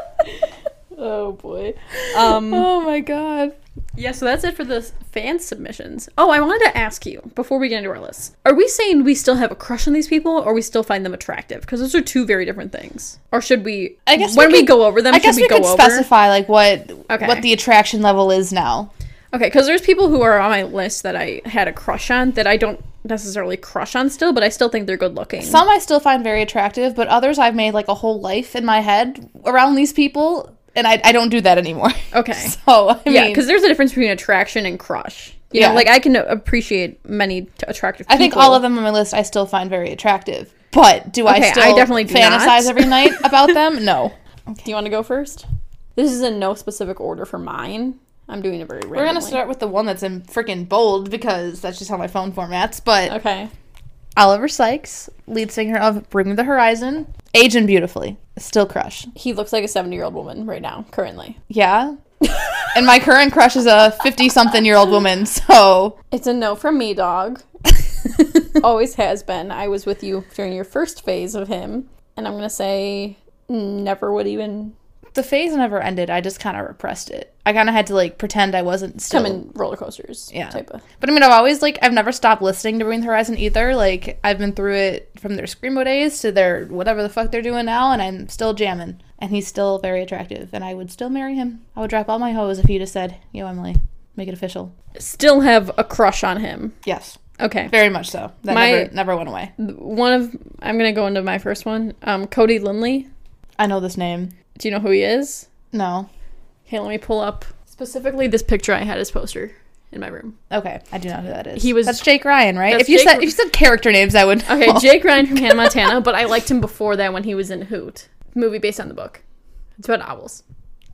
A: oh boy. Um
B: oh my god.
A: Yeah, so that's it for the fan submissions. Oh, I wanted to ask you before we get into our list: Are we saying we still have a crush on these people, or we still find them attractive? Because those are two very different things. Or should we?
B: I guess
A: when
B: we
A: we,
B: could-
A: go over them,
B: I guess
A: should
B: we,
A: we, go
B: could
A: over?
B: specify like what
A: Okay.
B: what the attraction level is now.
A: Okay, because there's people who are on my list that I had a crush on that I don't necessarily crush on still, but I still think they're good looking.
B: Some I still find very attractive, but others I've made like a whole life in my head around these people, and I, I don't do that anymore.
A: okay.
B: So I
A: Yeah,
B: mean,
A: because there's a difference between attraction and crush. You
B: Yeah.
A: know, like I can appreciate many t- attractive.
B: I think all of them on my list I still find very attractive, but do I
A: Okay, I
B: still
A: definitely do not.
B: fantasize every night about them? No.
A: Do you want to go first? This is in no specific order for mine. I'm doing it very randomly.
B: We're gonna start with the one that's in freaking bold because that's just how my phone formats. But
A: Okay.
B: Oliver Sykes, lead singer of Bring Me the Horizon, aging beautifully, still crush.
A: He looks like a 70 year old woman right now, currently.
B: Yeah. and my current crush is a 50 something year old woman, so.
A: It's a no from me, dog. Always has been. I was with you during your first phase of him. And I'm going to say never would even
B: the phase never ended. I just kind of repressed it. I kind of had to like pretend I wasn't still.
A: come in roller coasters.
B: Yeah.
A: Type of.
B: But I mean, I've always like I've never stopped listening to Bring the Horizon either. Like I've been through it from their screamo days to their whatever the fuck they're doing now, and I'm still jamming. And he's still very attractive, and I would still marry him. I would drop all my hoes if he just said, "Yo, Emily, make it official."
A: Still have a crush on him.
B: Yes,
A: Okay.
B: very much so. That
A: My-
B: never never went away.
A: One of, I'm going to go into my first one. Um, Cody Lindley.
B: I know this name.
A: Do you know who he is?
B: No.
A: Okay, let me pull up specifically this picture I had as poster in my room.
B: Okay, I do know who that is.
A: He was-
B: that's Jake Ryan, right?
A: That's
B: If you
A: Jake
B: said
A: Ry-
B: if you said character names, I would.
A: Okay,
B: know.
A: Jake Ryan from Hannah Montana, but I liked him before that when he was in Hoot, movie based on the book. It's about owls.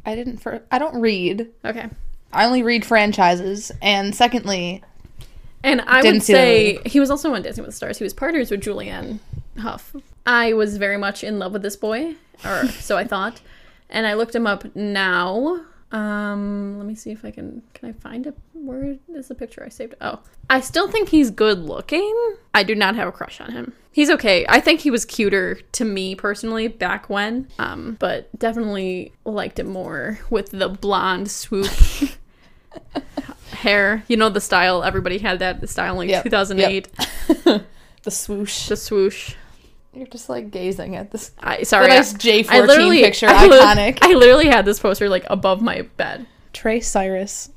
B: I didn't. For I don't read.
A: Okay,
B: I only read franchises, and secondly,
A: and I
B: Didn't
A: would
B: see that
A: say he was also on Dancing with the Stars. He was partners with Julianne Hough. I was very much in love with this boy, or so I thought, and I looked him up now. Um, let me see if I can can I find it. Where is the picture I saved? Oh, I still think he's good looking. I do not have a crush on him. He's okay. I think he was cuter to me personally back when, um, but definitely liked it more with the blonde swoop hair. You know the style. Everybody had that style in like
B: Yep,
A: 2008.
B: the swoosh.
A: The swoosh.
B: You're just like gazing at this.
A: I sorry.
B: The nice
A: I-
B: J14
A: I literally-
B: picture,
A: I lit-
B: iconic.
A: I literally had this poster like above my bed.
B: Trey Cyrus.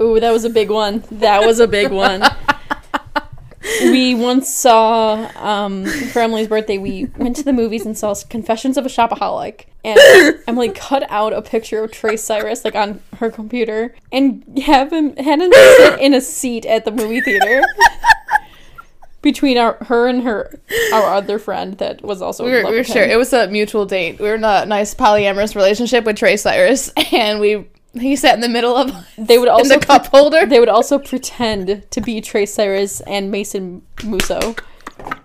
A: Ooh, that was a big one. That was a big one. we once saw um, for Emily's birthday. We went to the movies and saw Confessions of a Shopaholic, and Emily cut out a picture of Trey Cyrus like on her computer and have him had him sit in a seat at the movie theater. between our her and her our other friend that was also in
B: We were,
A: love
B: we were
A: with
B: sure.
A: him.
B: It was a mutual date. We were in a nice polyamorous relationship with Trey Cyrus, and we he sat in the middle of
A: They would
B: in
A: also
B: the cup holder.
A: They would also pretend to be Trey Cyrus and Mason Musso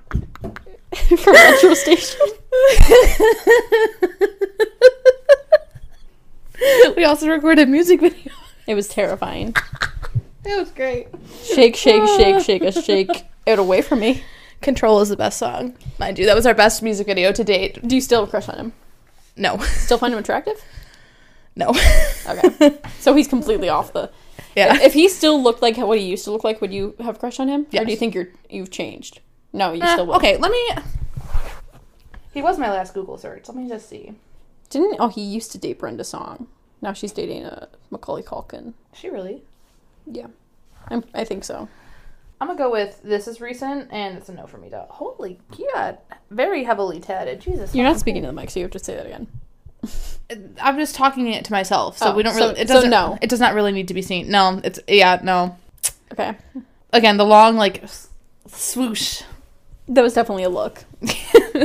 A: from Metro Station.
B: we also recorded music video.
A: It was terrifying.
B: It was great.
A: Shake, shake, shake, shake, a shake it away from me.
B: Control is the best song, mind you. That was our best music video to date.
A: Do you still have a crush on him?
B: No,
A: Still find him attractive?
B: no.
A: Okay. So he's completely off the.
B: Yeah.
A: If he still looked like what he used to look like, would you have a crush on him? Or do you
B: Yes.
A: think you're you've changed? No, you
B: Uh,
A: still would.
B: okay, let me. He was my last Google search. Let me just see.
A: Didn't oh he used to date Brenda Song. Now she's dating a Macaulay Culkin.
B: She really?
A: Yeah, I'm, I think so.
B: I'm gonna go with this is recent and it's a no for me. Dog. Holy god, very heavily tatted. Jesus.
A: You're not speaking to the mic, so you have to say that again.
B: I'm just talking it to myself, so
A: Oh,
B: we don't
A: so-
B: really. It
A: so
B: doesn't.
A: no.
B: It does not really need to be seen. No. It's yeah. No.
A: Okay,
B: Again, the long like s- swoosh.
A: that was definitely a look.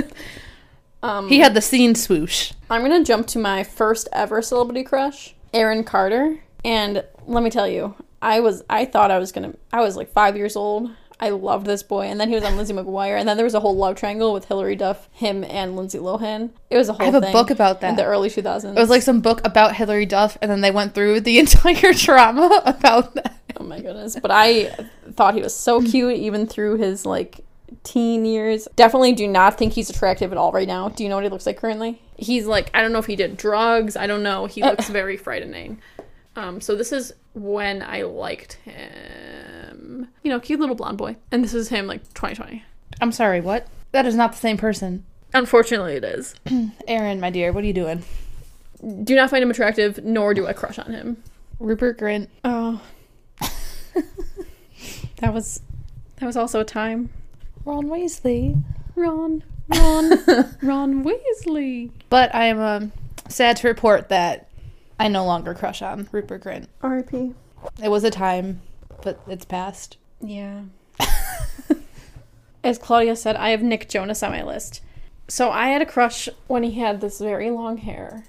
A: Um,
B: He had the scene swoosh.
A: I'm gonna jump to my first ever celebrity crush, Aaron Carter. And let me tell you, I was I thought I was gonna I was like five years old. I loved this boy, and then he was on Lizzie McGuire, and then there was a whole love triangle with Hilary Duff, him, and Lindsay Lohan. It was a whole.
B: have a
A: thing
B: book about
A: in
B: that.
A: the early 2000s.
B: It was like some book about Hillary Duff, and then they went through the entire drama about that.
A: oh my goodness! But I thought he was so cute, even through his like teen years. Definitely do not think he's attractive at all right now. Do you know what he looks like currently? Uh. He's like I don't know if he did drugs. I don't know. He looks very frightening. Um, so this is when I liked him. You know, cute little blonde boy, and this is him like 2020.
B: I'm sorry. What? That is not the same person.
A: Unfortunately, it is.
B: Aaron, my dear, what are you doing?
A: Do not find him attractive, nor do I crush on him.
B: Rupert Grint.
A: Oh, that was that was also a time.
B: Ron Weasley.
A: Ron, Ron, Ron Weasley.
B: But I am um, sad to report that I no longer crush on Rupert Grint.
A: R.I.P.
B: It was a time, but it's past.
A: Yeah. As Claudia said, I have Nick Jonas on my list. So I had a crush when he had this very long hair,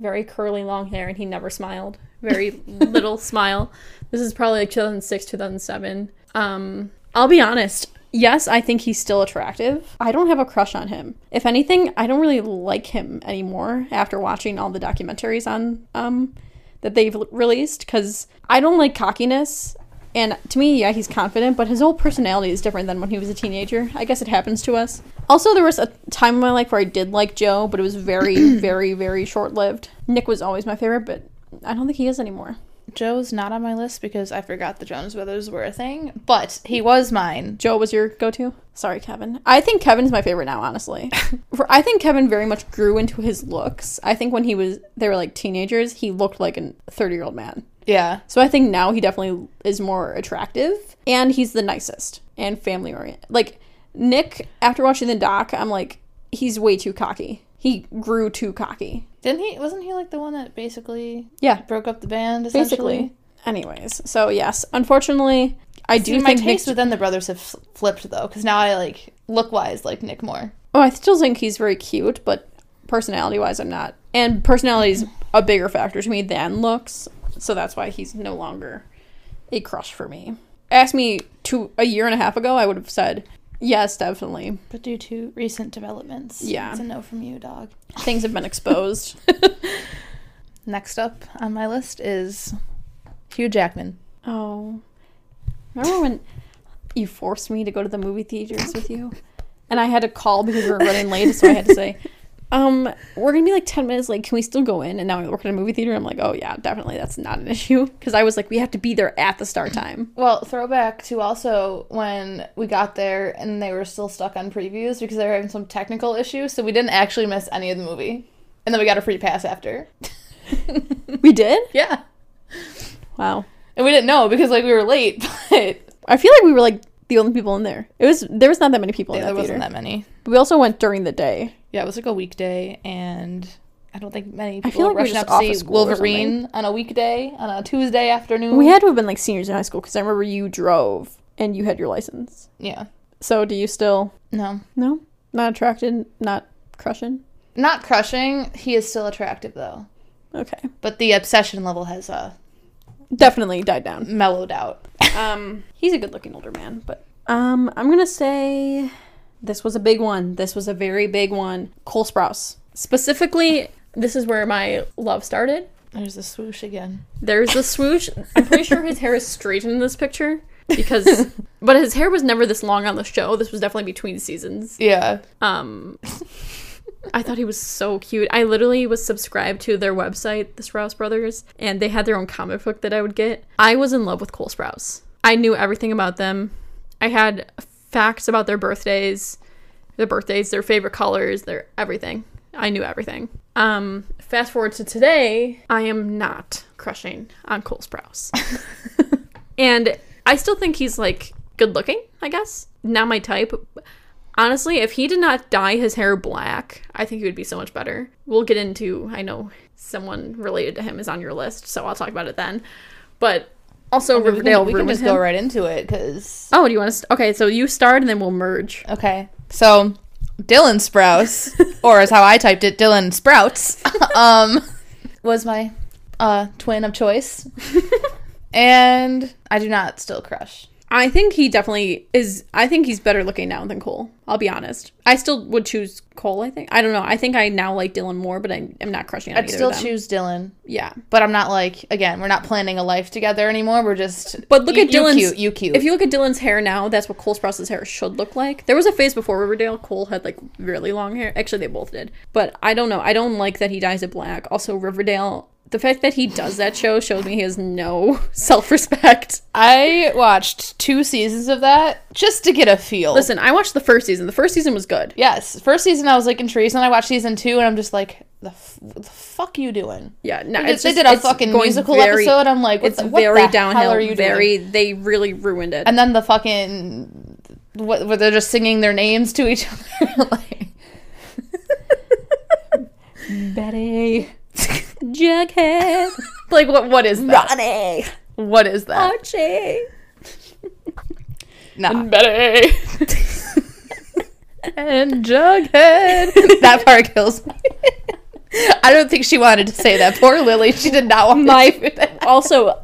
A: very curly long hair, and he never smiled. Very little smile. This is probably like 2006, 2007. Um, I'll be honest. Yes, I think he's still attractive. I don't have a crush on him. If anything, I don't really like him anymore after watching all the documentaries on um, that they've l- released because I don't like cockiness. And to me, yeah, he's confident, but his whole personality is different than when he was a teenager. I guess it happens to us. Also, there was a time in my life where I did like Joe, but it was very, very, very short lived. Nick was always my favorite, but I don't think he is anymore.
B: Joe's not on my list because I forgot the Jonas Brothers were a thing, but he was mine.
A: Joe was your go to? Sorry, Kevin. I think Kevin's my favorite now, honestly. For, I think Kevin very much grew into his looks. I think when he was, they were like teenagers, he looked like a 30 year old man.
B: Yeah.
A: So I think now he definitely is more attractive and he's the nicest and family oriented. Like Nick, after watching the doc, I'm like, he's way too cocky. He grew too cocky.
B: Didn't he? Wasn't he like the one that basically
A: Yeah,
B: broke up the band?
A: basically. Anyways, so yes, unfortunately, I do
B: Do my
A: think Nick-
B: taste within the brothers have f- flipped though, because now I like look wise like Nick Moore.
A: oh, I still think he's very cute, but personality wise, I'm not. And personality is a bigger factor to me than looks, so that's why he's no longer a crush for me. Ask me two a year and a half ago, I would have said yes, definitely.
B: But due to recent developments,
A: Yeah.
B: it's a no from you, dog.
A: things have been exposed.
B: Next up on my list is Hugh Jackman.
A: oh. Remember when you forced me to go to the movie theaters with you? And I had to call because we were running late, so I had to say, um, we're gonna be like 10 minutes late. Can we still go in? And now I work at a movie theater. I'm like, oh, yeah, definitely. That's not an issue. Because I was like, we have to be there at the start time.
B: Well, throwback to also when we got there and they were still stuck on previews because they were having some technical issues, so we didn't actually miss any of the movie. And then we got a free pass after.
A: We did?
B: Yeah.
A: Wow.
B: And we didn't know because like we were late, but
A: I feel like we were like the only people in there. It was, there was not that many people in
B: there
A: that
B: wasn't
A: theater.
B: that many.
A: We also went during the day.
B: Yeah, it was like a weekday and I don't think many
A: I
B: people
A: feel like
B: were
A: we were
B: rushing
A: just
B: up to
A: off of
B: see
A: school or
B: Wolverine on a weekday, on a Tuesday afternoon.
A: We had to have been like seniors in high school because I remember you drove and you had your license.
B: Yeah.
A: So do you still
B: No.
A: no? Not attracted, not crushing?
B: Not crushing. He is still attractive though.
A: Okay.
B: But the obsession level has uh,
A: Definitely died down.
B: mellowed out.
A: Um, he's a good-looking older man, but um, I'm gonna say this was a big one. This was a very big one. Cole Sprouse, specifically. This is where my love started.
B: There's the swoosh again.
A: There's the swoosh. I'm pretty sure his hair is straight in this picture because, but his hair was never this long on the show. This was definitely between seasons.
B: Yeah.
A: Um, I thought he was so cute. I literally was subscribed to their website, the Sprouse Brothers, and they had their own comic book that I would get. I was in love with Cole Sprouse. I knew everything about them. I had facts about their birthdays, their birthdays, their favorite colors, their everything. I knew everything. Um, fast forward to today, I am not crushing on Cole Sprouse. And I still think he's like good looking, I guess. Not my type. Honestly, if he did not dye his hair black, I think he would be so much better. We'll get into, I know someone related to him is on your list, so I'll talk about it then. But also,
B: We
A: Riverdale
B: can, we can
A: ruined
B: just
A: him.
B: go right into it because
A: Oh, do you want to? St- okay, so you start and then we'll merge.
B: Okay. So Dylan Sprouse, or as how I typed it, Dylan Sprouts, um, was my uh, twin of choice. and I do not still crush.
A: I think he definitely is. I think he's better looking now than Cole. I'll be honest. I still would choose Cole. I think. I don't know. I think I now like Dylan more, but I am not crushing on
B: I'd
A: either
B: still
A: of them.
B: choose Dylan,
A: yeah.
B: but I'm not like, again, we're not planning a life together anymore. We're just.
A: But look
B: you-
A: at Dylan's.
B: You cute. You cute.
A: If you look at Dylan's hair now, that's what Cole Sprouse's hair should look like. There was a phase before Riverdale. Cole had like really long hair. Actually, they both did. But I don't know. I don't like that he dyes it black. Also, Riverdale. The fact that he does that show shows me he has no self respect.
B: I watched two seasons of that just to get a feel.
A: Listen, I watched the first season. The first season was good.
B: Yes. First season, I was like intrigued. Then I watched season two, and I'm just like, the, f- the fuck you doing?
A: Yeah, no,
B: They-
A: it's
B: they
A: just-
B: did a
A: it's
B: fucking
A: going
B: musical
A: very-
B: episode. I'm like, what
A: It's
B: the, what
A: very
B: the
A: downhill.
B: Hell are you
A: very,
B: doing?
A: they really ruined it.
B: And then the fucking what? Where they're just singing their names to each other. like,
A: Betty, Jughead, like what? What is that?
B: Ronnie. What is that?
A: Archie,
B: Nah.
A: Betty.
B: And Jughead. that part kills me. I don't think she wanted to say that. Poor Lily. She did not want
A: My-
B: to say that.
A: also,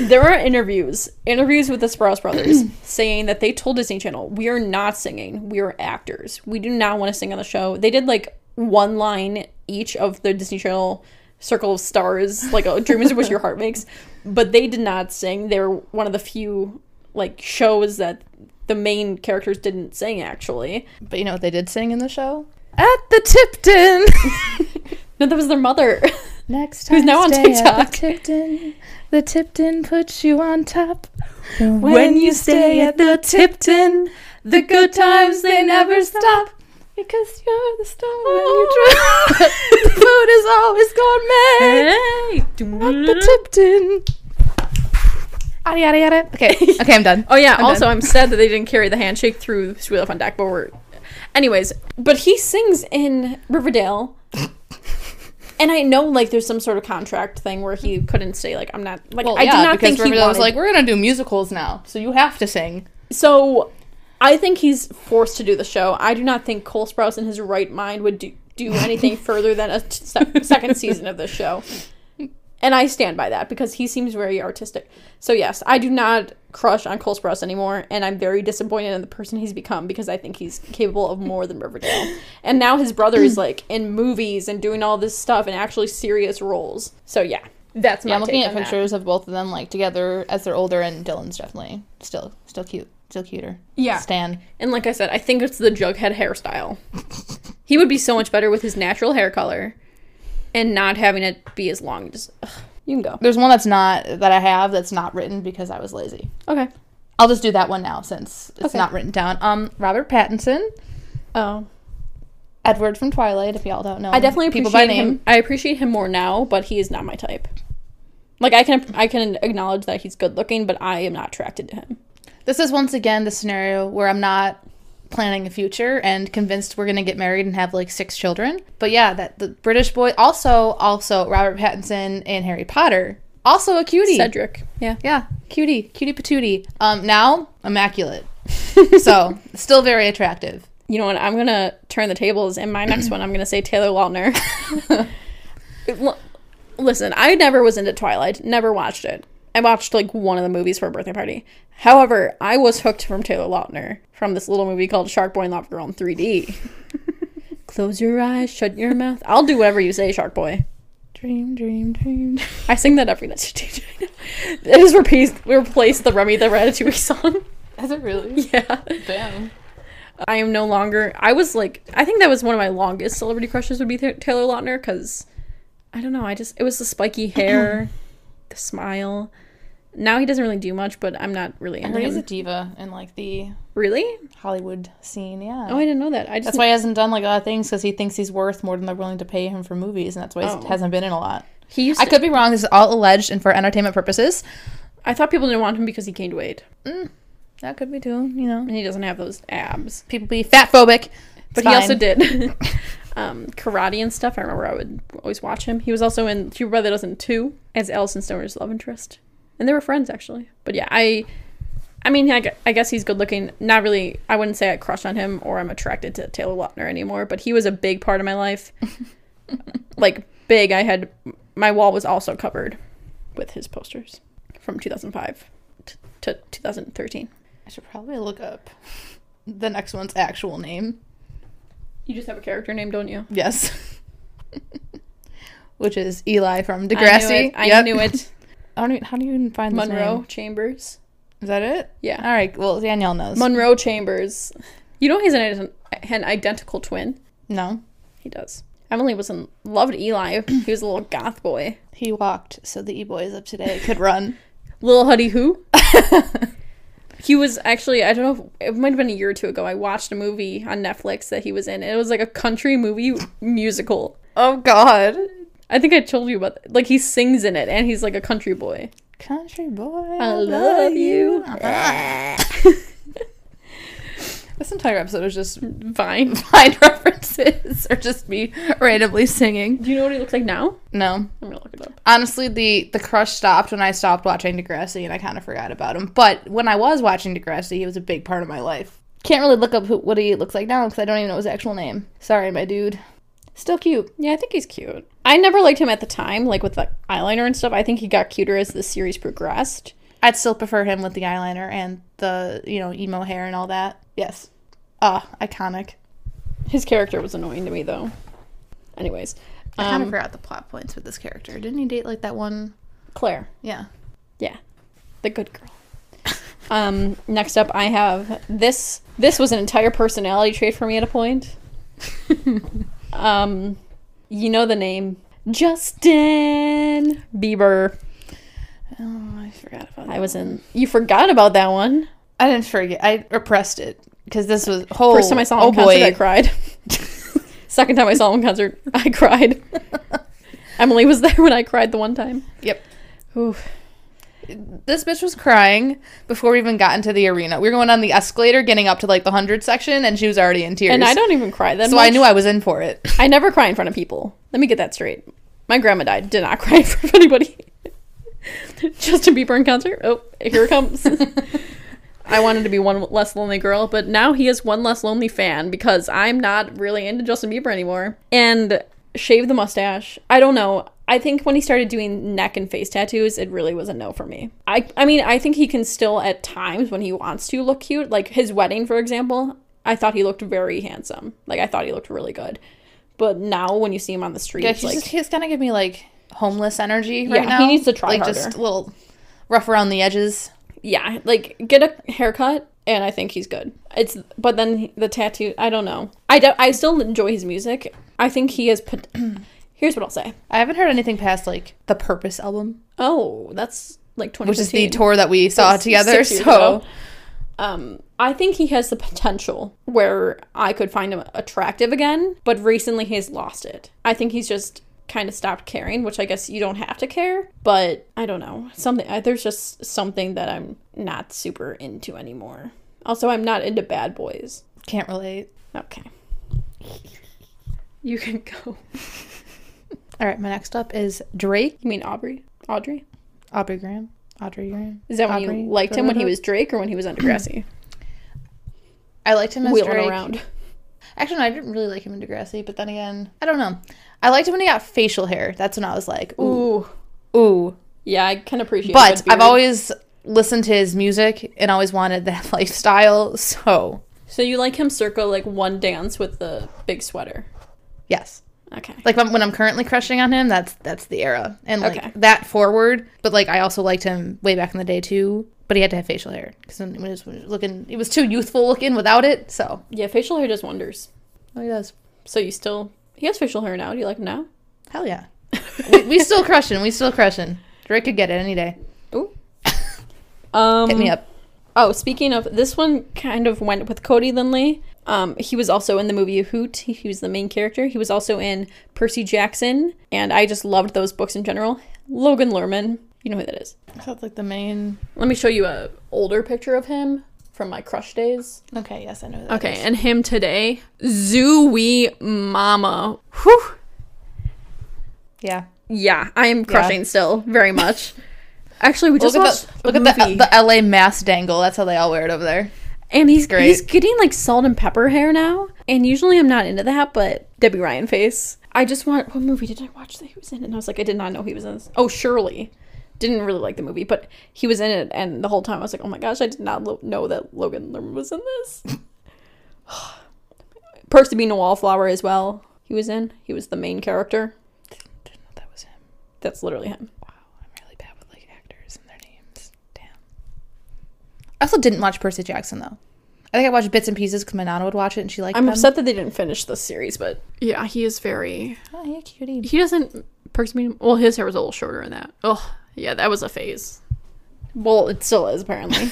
A: there are interviews, interviews with the Sprouse brothers, saying that they told Disney Channel, "We are not singing. We are actors. We do not want to sing on the show." They did like one line each of the Disney Channel Circle of Stars, like a "Dream is what your heart makes," but they did not sing. They were one of the few like shows that the main characters didn't sing actually.
B: But you know what they did sing in the show? At the Tipton.
A: No, that was their mother.
B: Next time,
A: Who's now on
B: stay at
A: TikTok.
B: The Tipton. The Tipton puts you on top.
A: When you stay at
B: the Tipton, the good times they never stop. Because you're the star when you try. the food is always gourmet.
A: hey.
B: At the Tipton. Yada yada yada. Okay, okay, I'm done.
A: Oh yeah.
B: I'm
A: also,
B: done.
A: I'm sad that they didn't carry the handshake through Sweet Life on Deck, but we're, anyways. But he sings in Riverdale, and I know like there's some sort of contract thing where he couldn't stay. Like I'm not like
B: Well,
A: I
B: yeah,
A: did not
B: because
A: think he
B: Riverdale
A: wanted.
B: was like, we're gonna do musicals now, so you have to sing.
A: so, I think he's forced to do the show. I do not think Cole Sprouse in his right mind would do do anything further than a t- sec- second season of this show. And I stand by that because he seems very artistic. So yes, I do not crush on Cole Sprouse anymore, and I'm very disappointed in the person he's become because I think he's capable of more than Riverdale. And now his brother is like in movies and doing all this stuff and actually serious roles. So yeah, that's my
B: Yeah, I'm looking
A: take
B: at
A: on that.
B: pictures of both of them like together as they're older, and Dylan's definitely still still cute, still cuter.
A: Yeah.
B: Stan.
A: And like I said, I think it's the Jughead hairstyle. he would be so much better with his natural hair color, and not having it be as long. Just ugh, you can go.
B: There's one that's not that I have that's not written because I was lazy.
A: Okay.
B: I'll just do that one now since it's
A: Okay.
B: not written down. Um, Robert Pattinson,
A: Oh,
B: Edward from Twilight. If y'all don't know,
A: I definitely appreciate
B: people by name.
A: him. I appreciate him more now, but he is not my type. Like I can I can acknowledge that he's good looking, but I am not attracted to him.
B: This is once again the scenario where I'm not planning a future and convinced we're gonna get married and have like six children. But yeah, that the British boy also also Robert Pattinson in Harry Potter also a cutie.
A: Cedric. Yeah.
B: Yeah, cutie, cutie patootie. Um, now immaculate. so still very attractive.
A: You know what? I'm gonna turn the tables, and my next one, I'm gonna say Taylor Lautner. L- Listen, I never was into Twilight. Never watched it. I watched like one of the movies for a birthday party. However, I was hooked from Taylor Lautner from this little movie called Shark Boy and Love Girl in 3D. Close your eyes, shut your mouth. I'll do whatever you say, Shark Boy.
B: Dream, dream, dream.
A: I sing that every night. it just repeats, replaced the Remy the Ratatouille song.
B: Is it really?
A: Yeah.
B: Damn.
A: I am no longer. I was like, I think that was one of my longest celebrity crushes would be Th- Taylor Lautner because I don't know. I just it was the spiky hair, the smile. Now he doesn't really do much, but I'm not really into
B: He's
A: him.
B: a diva in like the
A: really?
B: Hollywood scene. Yeah.
A: Oh, I didn't know that. I just
B: That's why he hasn't done like a lot of things because he thinks he's worth more than they're willing to pay him for movies, and that's why he
A: Oh.
B: hasn't been in a lot.
A: he used.
B: I
A: I,
B: could be wrong. This is all alleged and for entertainment purposes.
A: I thought people didn't want him because he gained weight
B: That could be too. You know,
A: and he doesn't have those abs.
B: people be fat phobic,
A: But he also did um, karate and stuff. I remember I would always watch him. He was also in Two Brother Doesn't Two as Allison Stoner's love interest, and they were friends actually. But yeah, I, I mean, I, gu- I guess he's good looking. Not really. I wouldn't say I crush on him or I'm attracted to Taylor Lautner anymore. But he was a big part of my life, like big. I had my wall was also covered with his posters from 2005 t- to 2013.
B: I should probably look up the next one's actual name.
A: You just have a character name, don't you?
B: Yes. Which is Eli from
A: I knew
B: Degrassi.
A: it. I
B: Yep.
A: knew it.
B: I don't even, how do you even find This
A: Monroe
B: name?
A: Chambers.
B: Is that it?
A: Yeah.
B: All right. Well, Danielle knows.
A: Monroe Chambers. You know he's an, an identical twin.
B: no.
A: He does. Emily was in loved Eli. He was a little goth boy.
B: He walked, so the e boys up today could run.
A: Little Huddy Who. he was actually I don't know if, it might have been a year or two ago. I watched a movie on Netflix that he was in. It was like a country movie musical.
B: oh God.
A: I think I told you about like he sings in it and he's like a country boy.
B: Country boy,
A: I love you.
B: This entire episode is just
A: Fine.
B: fine references or just me randomly singing.
A: Do you know what he looks like now?
B: No.
A: I'm gonna look it up.
B: Honestly, the the crush stopped when I stopped watching Degrassi and I kind of forgot about him. But when I was watching Degrassi, he was a big part of my life. Can't really look up who, what he looks like now because I don't even know his actual name. Sorry, my dude. Still cute.
A: Yeah, I think he's cute. I never liked him at the time, like with the eyeliner and stuff. I think he got cuter as the series progressed.
B: I'd still prefer him with the eyeliner and the, you know, emo hair and all that. Yes. Ah, iconic.
A: His character was annoying to me though. Anyways,
B: I kind of
A: um,
B: forgot the plot points with this character. Didn't he date like that one?
A: Claire,
B: Yeah.
A: yeah, the good girl. um, next up, I have this. This was an entire personality trait for me at a point. um, you know the name Justin Bieber.
B: Oh, I forgot about that.
A: I was in. You forgot about that one.
B: I didn't forget. I repressed it because this was whole.
A: First time I saw him
B: oh
A: in concert,
B: boy.
A: I cried. Second time I saw him in concert, I cried. Emily was there when I cried the one time.
B: Yep.
A: Ooh.
B: This bitch was crying before we even got into the arena. We were going on the escalator, getting up to like the hundred section, and she was already in tears.
A: And I don't even cry then.
B: So I knew I was in for it.
A: I never cry in front of people. Let me get that straight. My grandma died. Did not cry in front of anybody. Justin Bieber in concert. Oh, here it comes. I wanted to be one less lonely girl, but now he is one less lonely fan because I'm not really into Justin Bieber anymore. And shave the mustache. I don't know. I think when he started doing neck and face tattoos, it really was a no for me. I I mean, I think he can still at times when he wants to look cute, like his wedding for example, I thought he looked very handsome. Like I thought he looked really good. But now when you see him on the street,
B: Yeah,
A: it's
B: he's,
A: like
B: just, he's gonna give me like homeless energy
A: Yeah,
B: right
A: he
B: now.
A: needs to try
B: like just
A: harder.
B: a little rough around the edges.
A: yeah, like get a haircut and I think he's good. It's but then the tattoo, I don't know. I do, I still enjoy his music. I think he has put Here's what I'll say.
B: I haven't heard anything past like the Purpose album,
A: Oh, that's like 2015.
B: which is the tour that we saw
A: That's
B: together.
A: six years
B: So
A: ago. um, I think he has the potential where I could find him attractive again, but recently he's lost it. I think he's just kind of stopped caring, which I guess you don't have to care, but I don't know. Something I- there's just something that I'm not super into anymore. Also, I'm not into bad boys.
B: can't relate.
A: Okay. You can go.
B: All right, my next up is Drake,
A: You mean Aubrey? Audrey?
B: Aubrey Graham, Audrey Graham.
A: Is that when
B: Aubrey?
A: you liked him when he was Drake or when he was on Degrassi?
B: I liked him as
A: wheeling
B: Drake.
A: around.
B: Actually, no, I didn't really like him in Degrassi, but then again, I don't know. I liked him when he got facial hair. That's when I was like, ooh,
A: Ooh.
B: ooh.
A: Yeah, I can appreciate
B: But
A: a good
B: I've
A: beard.
B: always listened to his music and always wanted that lifestyle. So,
A: So you like him circle like one dance with the big sweater.
B: yes.
A: Okay.
B: Like when when I'm currently crushing on him, that's that's the era. And like
A: Okay.
B: that forward, but like I also liked him way back in the day too. But he had to have facial hair because when he was looking, he was too youthful looking without it. So
A: Yeah, facial hair does wonders.
B: oh, he does.
A: So you still he has facial hair now. Do you like him now?
B: Hell yeah, we, we still crushing. We still crushing. Drake could get it any day.
A: Ooh. um
B: Hit me up.
A: Oh, speaking of this one kind of went with Cody Lindley. Um he was also in the movie Hoot. He, he was the main character. He was also in Percy Jackson and I just loved those books in general. Logan Lerman, you know who that is.
B: That's like the main.
A: Let me show you a older picture of him from my crush days.
B: Okay, yes, I know that.
A: Okay, and him today, Zooey Mama. Whew.
B: Yeah.
A: Yeah, I am crushing still very much. Actually, we just
B: look
A: watched
B: at the look at the, uh,
A: movie,
B: the LA mass dangle. That's how they all wear it over there.
A: and he's
B: great.
A: he's getting like salt and pepper hair now. And usually I'm not into that, but Debbie Ryan face. I just want what movie did I watch that he was in? And I was like, I did not know he was in this. Oh, Shirley. Didn't really like the movie, but he was in it, and the whole time I was like, oh my gosh, I did not lo- know that Logan Lerman was in this. Percy being a wallflower as well. He was in. He was the main character.
B: Didn't know that was him.
A: That's literally him.
B: Wow, I'm really bad with like actors and their names. Damn. I also didn't watch Percy Jackson though. I think I watched bits and pieces because my nana would watch it and she liked
A: I'm
B: them.
A: upset that they didn't finish this series, but Um, yeah, he is very.
B: Oh, yeah, cutie.
A: He doesn't perks me. Well, his hair was a little shorter in that. Oh, yeah, that was a phase. Well, it still is apparently.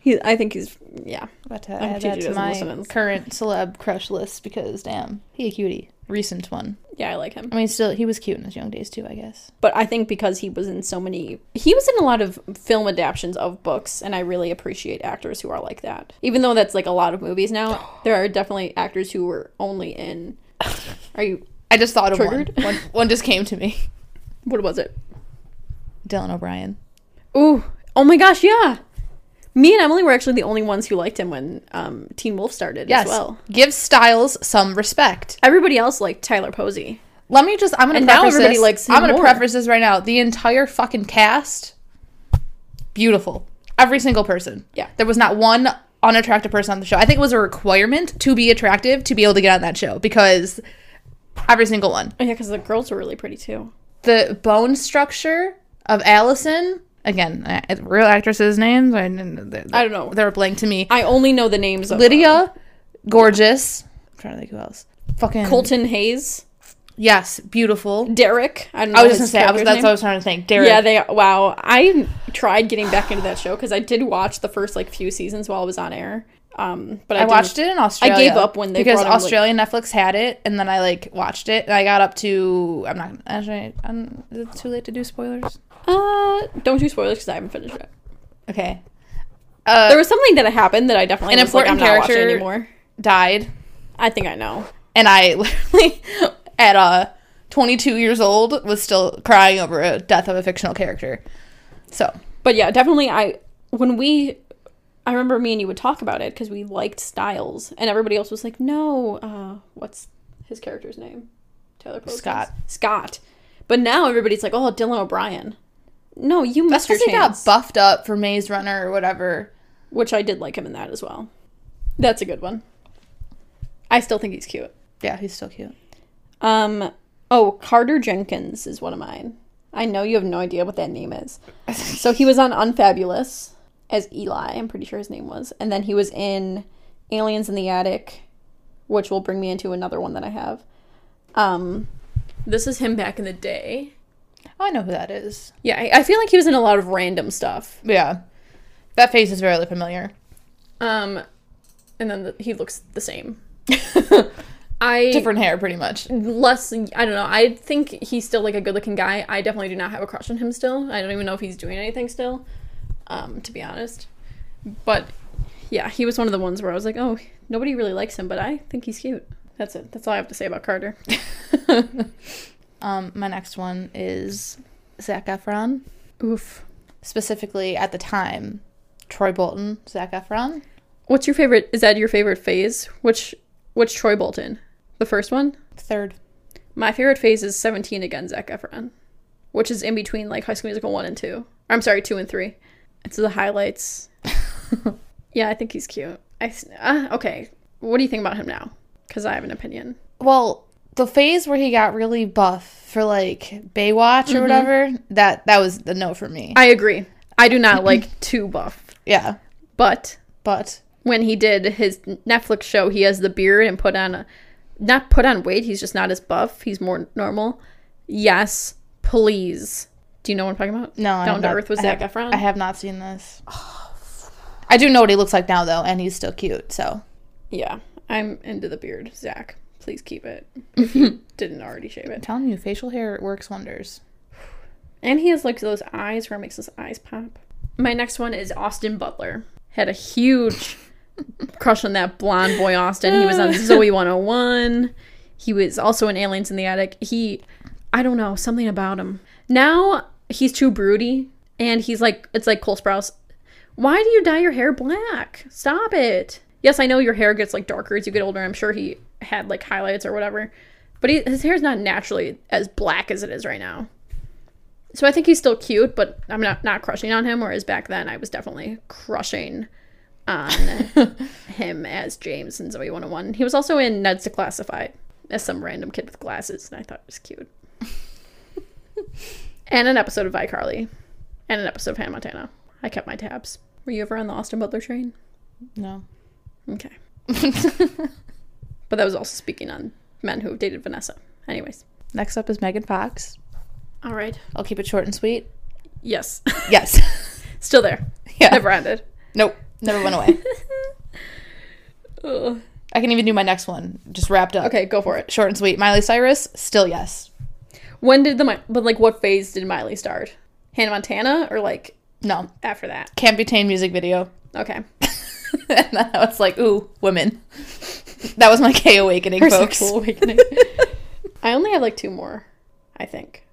A: he, I think he's yeah.
B: About to
A: I'm
B: add
A: sure
B: that
A: she
B: to
A: doesn't
B: my
A: listen to this.
B: current celeb crush list because damn, he a cutie. Recent one.
A: Yeah, I like him.
B: I mean, still he was cute in his young days too. I guess.
A: But I think because he was in so many, he was in a lot of film adaptations of books, and I really appreciate actors who are like that. Even though that's like a lot of movies now, there are definitely actors who were only in. Are you?
B: I just thought of one.
A: Triggered?
B: one. One just came to me.
A: What was it?
B: Dylan O'Brien.
A: Ooh. Oh my gosh, yeah. Me and Emily were actually the only ones who liked him when um, Teen Wolf started
B: Yes.
A: as well.
B: Give Styles some respect.
A: Everybody else liked Tyler Posey.
B: Let me just. I'm gonna.
A: And now
B: preface
A: everybody
B: this.
A: likes him
B: I'm gonna
A: more.
B: preface this right now. The entire fucking cast, beautiful. Every single person.
A: Yeah.
B: There was not one unattractive person on the show. I think it was a requirement to be attractive to be able to get on that show because every single one.
A: Oh, yeah, because the girls were really pretty too.
B: The bone structure of Allison. Again, I- real actresses' names. I, didn't- they-
A: I don't know.
B: They're a blank to me.
A: I only know the names of uh,
B: Lydia, gorgeous. I'm trying to think who else. Fucking
A: Colton Hayes,
B: Yes, beautiful.
A: Derek. I don't know.
B: I was
A: his
B: just gonna say. I was,
A: character's
B: that's
A: name.
B: what I was trying to think. Derek.
A: Yeah, they wow. I tried getting back into that show because I did watch the first like few seasons while I was on air. Um, but I,
B: I
A: didn't-
B: watched it in Australia.
A: up when they
B: because
A: brought in, like-
B: Australian Netflix had it, and then I like watched it, and I got up to I'm not actually. I'm, is it too late to do spoilers?
A: Uh, don't do spoilers because I haven't finished it.
B: Okay. Uh,
A: There was something that happened that I definitely
B: An
A: was like, I'm
B: important
A: not watching
B: character-
A: anymore.
B: died,
A: I think I know.
B: and I literally at uh 22 years old was still crying over a death of a fictional character. So
A: But yeah, definitely. I when we, I remember me and you would talk about it because we liked Styles, and everybody else was like, "No, uh, what's his character's name? Taylor Posey's?
B: Scott.
A: Scott." But now everybody's like, "Oh, Dylan O'Brien." No, you missed
B: that's
A: your
B: because he got
A: chance.
B: buffed up for Maze Runner or whatever.
A: which I did like him in that as well. That's a good one. I still think he's cute.
B: Yeah, he's still cute.
A: Um, oh, Carter Jenkins is one of mine. I know you have no idea what that name is. So he was on Unfabulous as Eli, I'm pretty sure his name was. And then he was in Aliens in the Attic, which will bring me into another one that I have. Um, this is him back in the day.
B: Oh, I know who that is.
A: Yeah, I, I feel like he was in a lot of random stuff.
B: Yeah, that face is very familiar.
A: Um, and then the, he looks the same. I
B: Different hair, pretty much.
A: less i don't know i think he's still like a good looking guy i definitely do not have a crush on him still i don't even know if he's doing anything still um to be honest but yeah he was one of the ones where i was like oh nobody really likes him but i think he's cute that's it that's all i have to say about carter
B: Um, my next one is Zach Efron,
A: oof
B: specifically at the time, Troy Bolton, Zach Efron.
A: What's your favorite? Is that your favorite phase? Which which Troy Bolton? The first one.
B: Third.
A: My favorite phase is Seventeen again, Zac Efron, which is in between like High School Musical one and two. I'm sorry, two and three. It's the highlights. yeah, I think he's cute. I s- uh, okay. What do you think about him now? Because I have an opinion.
B: Well, the phase where he got really buff for like Baywatch or whatever, that that was the no for me.
A: I agree. I do not like too buff,
B: yeah.
A: but
B: But
A: when he did his Netflix show, he has the beard and put on a not put on weight. He's just not as buff. He's more normal. Yes, please. Do you know what I'm talking about?
B: no, I
A: Down
B: have
A: to
B: not-
A: Earth with
B: I
A: Zac
B: have-
A: Efron.
B: I have not seen this. I do know what he looks like now though, and he's still cute, so
A: yeah, I'm into the beard, Zach. Please keep it. If you didn't already shave
B: I'm
A: it.
B: telling you, facial hair works wonders.
A: And he has like those eyes where it makes his eyes pop. My next one is Austin Butler. Had a huge crush on that blonde boy Austin. He was on Zoe 101. He was also in Aliens in the Attic. He I don't know, something about him. Now he's too broody and he's like it's like Cole Sprouse. Why do you dye your hair black? Stop it. Yes, I know your hair gets like darker as you get older. I'm sure he had like highlights or whatever. But he, his hair's not naturally as black as it is right now. So I think he's still cute, but I'm not not crushing on him. Whereas back then, I was definitely crushing on him as James in Zoe 101. He was also in Ned's Declassified as some random kid with glasses, and I thought it was cute. and an episode of iCarly, and an episode of Hannah Montana. I kept my tabs. Were you ever on the Austin Butler train?
B: No.
A: Okay, but that was also speaking on men who have dated Vanessa. Anyways,
B: Next up is Megan Fox.
A: all right.
B: I'll keep it short and sweet.
A: Yes,
B: Yes.
A: still there.
B: yeah.
A: Never ended.
B: Nope. Never went away.
A: Ugh.
B: I can even do my next one. Just wrapped up.
A: Okay, go for it.
B: Short and sweet. Miley Cyrus, still yes.
A: When did the Mi- but like what phase did Miley start? Hannah Montana or like
B: No.
A: after that?
B: Can't be tamed music video.
A: Okay,
B: and then I was like, ooh, women. That was my K awakening, folks.
A: sexual awakening. I only have like two more, I think.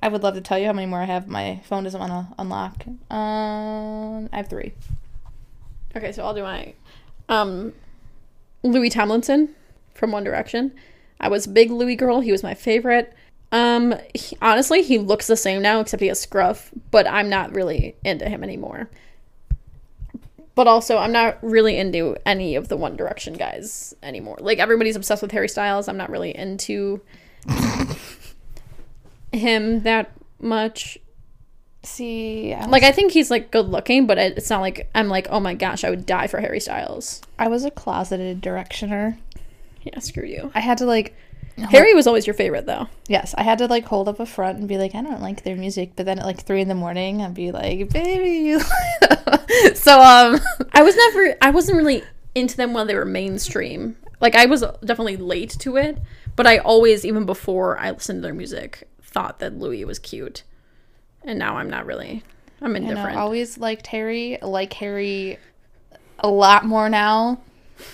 B: I would love to tell you how many more I have. My phone doesn't want to unlock. Um, I have three.
A: Okay, so I'll do my um Louis Tomlinson from One Direction. I was a big Louis girl. He was my favorite. Um he- honestly, he looks the same now except he has scruff, but I'm not really into him anymore. But also, I'm not really into any of the One Direction guys anymore. Like everybody's obsessed with Harry Styles. I'm not really into him that much
B: See, I was,
A: like I think he's like good looking, but it- it's not like I'm like oh my gosh, I would die for Harry Styles.
B: I was a closeted directioner.
A: Yeah, screw you.
B: I had to like,
A: Harry was always your favorite though.
B: yes, I had to like hold up a front and be like, I don't like their music. But then at like three in the morning, I'd be like, baby. you-" so um,
A: I was never I wasn't really into them while they were mainstream. Like I was definitely late to it, but I always even before I listened to their music thought that Louis was cute. And now I'm not really. I'm
B: you know,
A: indifferent.
B: always liked Harry. Like Harry, a lot more now,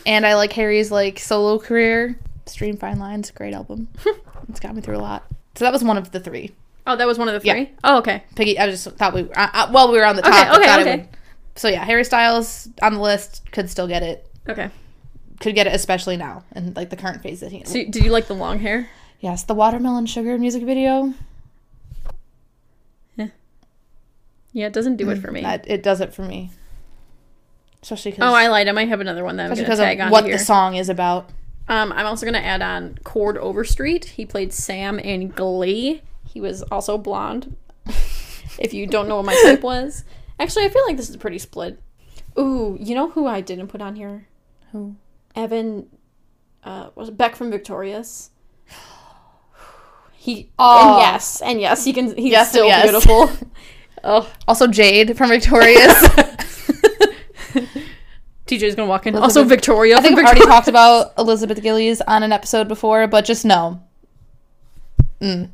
B: and I like Harry's like solo career. Stream Fine Lines, great album. it's got me through a lot. So that was one of the three.
A: oh, that was one of the
B: Yeah.
A: three. Oh, okay.
B: Piggy. I just thought we uh, well we were on the
A: Okay,
B: top. I
A: okay,
B: thought I
A: okay.
B: would- So yeah, Harry Styles on the list could still get it.
A: Okay.
B: Could get it especially now and like the current phase that he.
A: So did you like the long hair?
B: yes, the watermelon sugar music video.
A: Yeah, it doesn't
B: Mm,
A: do it for me.
B: That it does it for me. Especially because
A: Oh, I lied. I might have another one that I'm going to
B: because
A: tag
B: of
A: on
B: what
A: here.
B: the song is about.
A: Um, I'm also gonna add on Cord Overstreet. He played Sam in Glee. He was also blonde. if you don't know what my type was, actually, I feel like this is pretty split. Ooh, you know who I didn't put on here?
B: Who?
A: Evan, uh, was it Beck from Victorious. He
B: Aw.
A: and yes and Ah. yes he can he's
B: Yes and
A: still
B: yes.
A: beautiful. oh,
B: Also Jade from Victorious.
A: TJ's gonna walk in. Also Victoria.
B: I think we've already talked about Elizabeth Gillies on an episode before, but just no. Mm.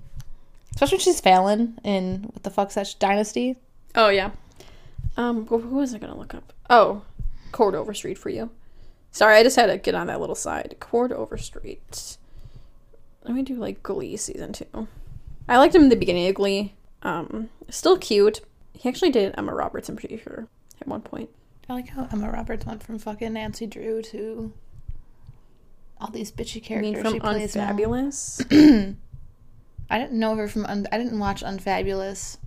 B: Especially when she's Fallon in what the fuck's that sh- Dynasty?
A: Oh yeah. Um, wh- who was I gonna look up? Oh, Cord Overstreet for you. Sorry, I just had to get on that little side. Cord Overstreet. Let me do like Glee season two. I liked him in the beginning of Glee. Um, still cute. He actually did Emma Roberts, I'm pretty sure, at one point.
B: I like how Emma Roberts went from fucking Nancy Drew to all these bitchy
A: I mean,
B: characters
A: from
B: she plays now.
A: Unfabulous.
B: I didn't know her from. Un- I didn't watch Unfabulous.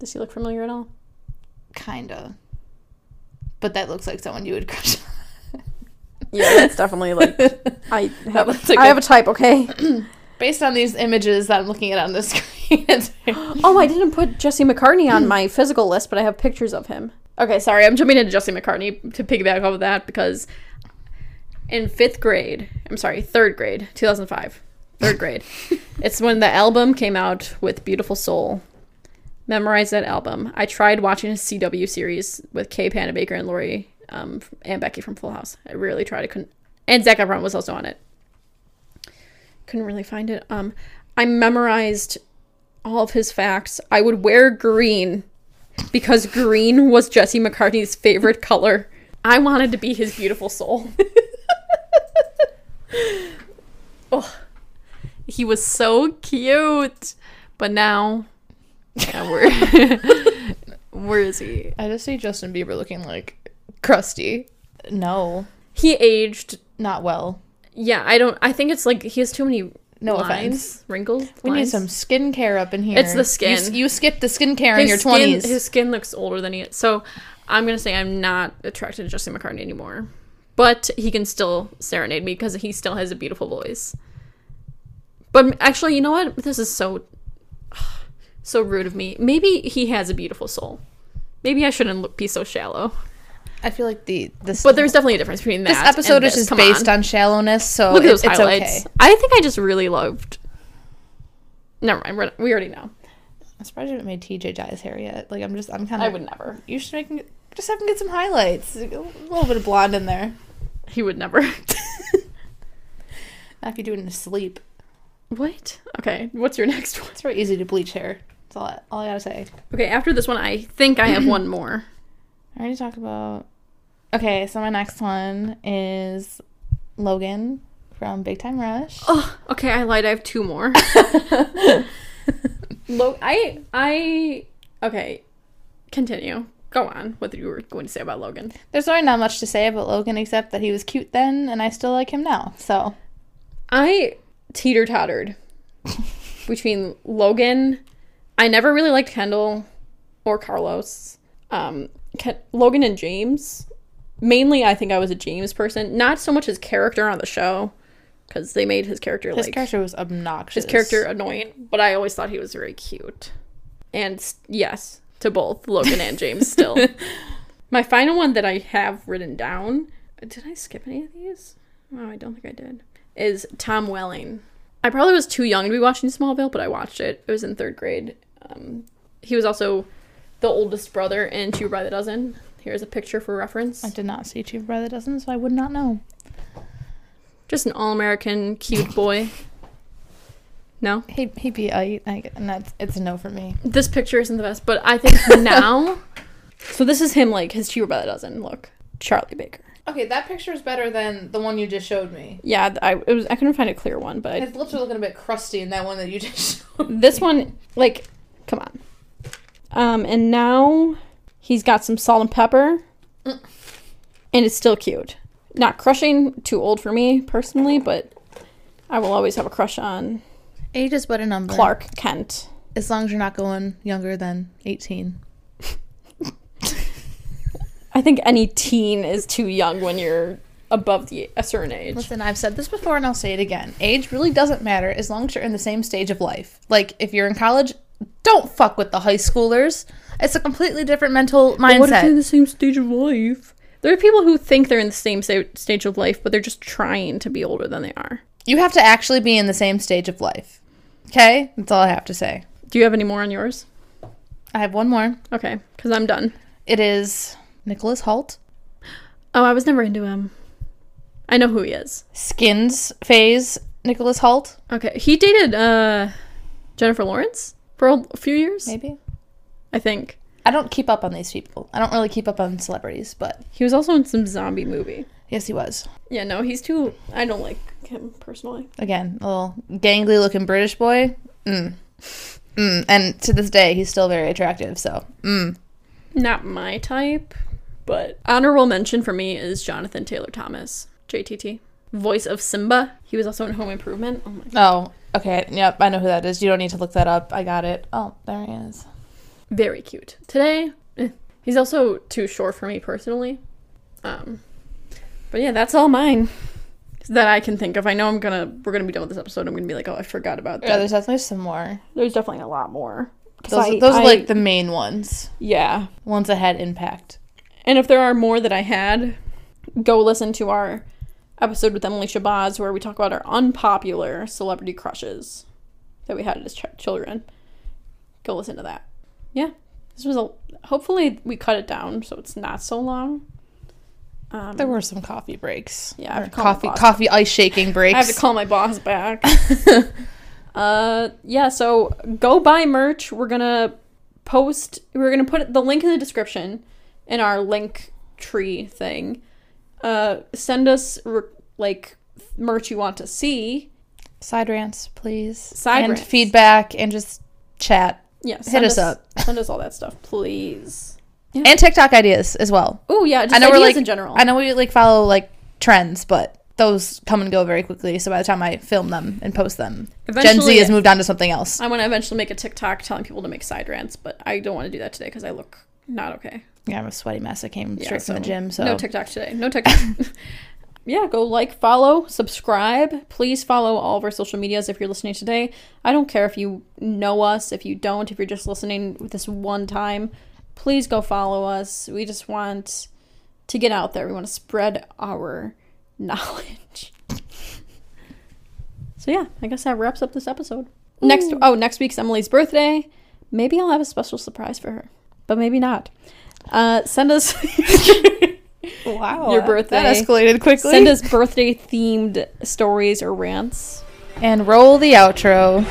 A: Does she look familiar at all?
B: Kinda. But that looks like someone you would crush on.
A: Yeah, that's definitely like I have,
B: looks like
A: I
B: a-
A: have a type. Okay.
B: Based on these images that I'm looking at on the screen, it's very-
A: Oh, I didn't put Jesse McCartney on my physical list, but I have pictures of him. Okay, sorry, I'm jumping into Jesse McCartney to piggyback off of that because in fifth grade, I'm sorry, third grade, 2005, third grade, it's when the album came out with Beautiful Soul. Memorized that album. I tried watching a CW series with Kay Panabaker and Lori um, and Becky from Full House. I really tried. I couldn't. And Zac Efron was also on it. Couldn't really find it. Um, I memorized all of his facts. I would wear green because green was Jesse McCartney's favorite color. I wanted to be his beautiful soul. oh, he was so cute. But now, yeah, where, where is he?
B: I just see Justin Bieber looking like crusty. No,
A: He aged.
B: not well.
A: Yeah, I don't. I think it's like he has too many
B: No
A: lines,
B: offense.
A: wrinkles.
B: We need
A: lines.
B: some skincare up in here.
A: It's the
B: You-
A: skin.
B: You, skipped the skincare in your
A: skin-
B: twenties.
A: His skin looks older than he is. So I'm gonna say I'm not attracted to Justin McCartney anymore. But he can still serenade me because he still has a beautiful voice. But m- actually, you know what? This is so so rude of me. Maybe he has a beautiful soul. Maybe I shouldn't look, be so shallow.
B: I feel like the this
A: But there's definitely a difference between that.
B: this episode
A: and
B: is
A: this.
B: just
A: Come
B: based
A: on.
B: on, shallowness, so
A: Look at
B: it-
A: those
B: it's
A: highlights.
B: okay.
A: I think I just really loved. Never mind. we're- We already know.
B: I'm surprised you haven't made TJ dye his hair yet. Like I'm just I'm kind
A: I
B: of
A: would never.
B: You should make him just have him get some highlights, a little bit of blonde in there.
A: He would never.
B: Not if you do it in his sleep.
A: what? Okay. What's your next one?
B: It's very easy to bleach hair. That's all. I, all I gotta say.
A: Okay, after this one, I think I have one more.
B: I already talked about. Okay, so my next one is Logan from Big Time Rush.
A: Oh, okay, I lied. I have two more. Lo- I, I, okay, continue. Go on. What you were going to say about Logan?
B: There's really not much to say about Logan except that he was cute then, and I still like him now. So
A: I teeter tottered between Logan. I never really liked Kendall or Carlos. Um, Ken- Logan and James. Mainly, I think I was a James person. Not so much his character on the show, because they made his character
B: his
A: like
B: character was obnoxious.
A: his character annoying, but I always thought he was very cute. And s- yes, to both Logan and James still. My final one that I have written down, did I skip any of these? No, I don't think I did. Is Tom Welling. I probably was too young to be watching Smallville, but I watched it. It was in third grade. Um, he was also the oldest brother in Two by the Dozen. Here's a picture for reference.
B: I did not see Chief Brother Dozen, so I would not know.
A: Just an all American cute boy. No?
B: He he be I, I and that's it's a no for me.
A: this picture isn't the best, but I think now. So this is him, like his cheaper brother doesn't look. Charlie Baker.
B: Okay, that picture is better than the one you just showed me.
A: Yeah, th- I it was I couldn't find a clear one, but I,
B: His lips are looking a bit crusty in that one that you just showed.
A: this one, like, come on. Um, and now he's got some salt and pepper, Mm. and it's still cute. Not crushing, too old for me personally, but I will always have a crush on
B: Age is but a number.
A: Clark Kent.
B: As long as you're not going younger than 18.
A: I think any teen is too young when you're above the a certain age.
B: Listen, I've said this before and I'll say it again. Age really doesn't matter as long as you're in the same stage of life. Like, if you're in college, don't fuck with the high schoolers. It's a completely different mental
A: But What if they're in
B: mindset.
A: the same stage of life? There are people who think they're in the same sta- stage of life, but they're just trying to be older than they are.
B: You have to actually be in the same stage of life. Okay? That's all I have to say.
A: Do you have any more on yours?
B: I have one more.
A: Okay, because I'm done.
B: It is Nicholas Holt.
A: Oh, I was never into him. I know who he is.
B: Skins phase, Nicholas Holt,
A: Okay, he dated uh, Jennifer Lawrence for a a few years,
B: maybe?
A: I think.
B: I don't keep up on these people. I don't really keep up on celebrities, but
A: He was also in some zombie movie.
B: yes, he was.
A: Yeah, no, he's too. I don't like him personally.
B: again, a little gangly looking British boy. Mm. Mm. And to this day, he's still very attractive. So, mm.
A: Not my type, But honorable mention for me is Jonathan Taylor Thomas, JTT, voice of Simba. He was also in Home Improvement. Oh my
B: Oh, okay. Yep, I know who that is. You don't need to look that up. I got it. Oh, there he is.
A: very cute. Today, eh, he's also too short for me personally. Um, but yeah, that's all mine that I can think of. I know I'm gonna we're gonna be done with this episode. I'm gonna be like, oh, I forgot about that.
B: Yeah, there's definitely some more.
A: There's definitely a lot more. 'Cause
B: Those,
A: I-
B: those
A: I-
B: are like the main ones.
A: yeah.
B: Ones that had impact.
A: And if there are more that I had, go listen to our episode with Emily Shabazz where we talk about our unpopular celebrity crushes that we had as ch- children. Go listen to that. Yeah, this was a. Hopefully, we cut it down so it's not so long. Um,
B: There were some coffee breaks.
A: Yeah, I have
B: Or
A: to call my
B: coffee
A: boss.
B: coffee ice shaking breaks.
A: I have to call my boss back. uh, yeah, so go buy merch. We're gonna post. We're gonna put the link in the description in our link tree thing. Uh, send us re- like merch you want to see.
B: Side rants, please.
A: Side
B: and
A: rants.
B: feedback and just chat
A: Yes,
B: Hit us up.
A: Send us all that stuff, please.
B: and TikTok ideas as well.
A: Oh yeah, just
B: I know we're
A: ideas
B: like
A: in general.
B: I know we like follow like trends, but those come and go very quickly. So by the time I film them and post them, Gen
A: Eventually-
B: Z has moved on to something else.
A: I want to eventually make a TikTok telling people to make side rants, but I don't want to do that today because I look not okay.
B: Yeah, I'm a sweaty mess. I came
A: Yeah,
B: straight from the
A: so
B: gym, so
A: no TikTok today. No TikTok. yeah, go like, follow, subscribe. Please follow all of our social medias if you're listening today. I don't care if you know us, if you don't, if you're just listening this one time. Please go follow us. We just want to get out there. We want to spread our knowledge. so yeah, I guess that wraps up this episode. Next, oh, next week's Emily's birthday. Maybe I'll have a special surprise for her, but maybe not. Uh, send us
B: wow,
A: Your
B: that-
A: birthday.
B: that escalated quickly.
A: send us birthday themed stories or rants.
B: and roll the outro.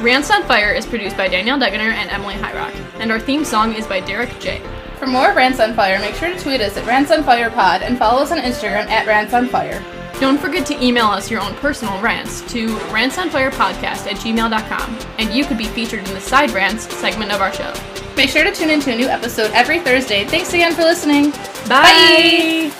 A: Rants on Fire is produced by Danielle Degener and Emily Hyrock, and our theme song is by Derek J.
B: For more Rants on Fire, make sure to tweet us at Rants on Fire Pod and follow us on Instagram at Rants on Fire.
A: Don't forget to email us your own personal rants to rantsonfirepodcast at gmail.com, and you could be featured in the side rants segment of our show.
B: Make sure to tune into a new episode every Thursday. Thanks again for listening.
A: Bye.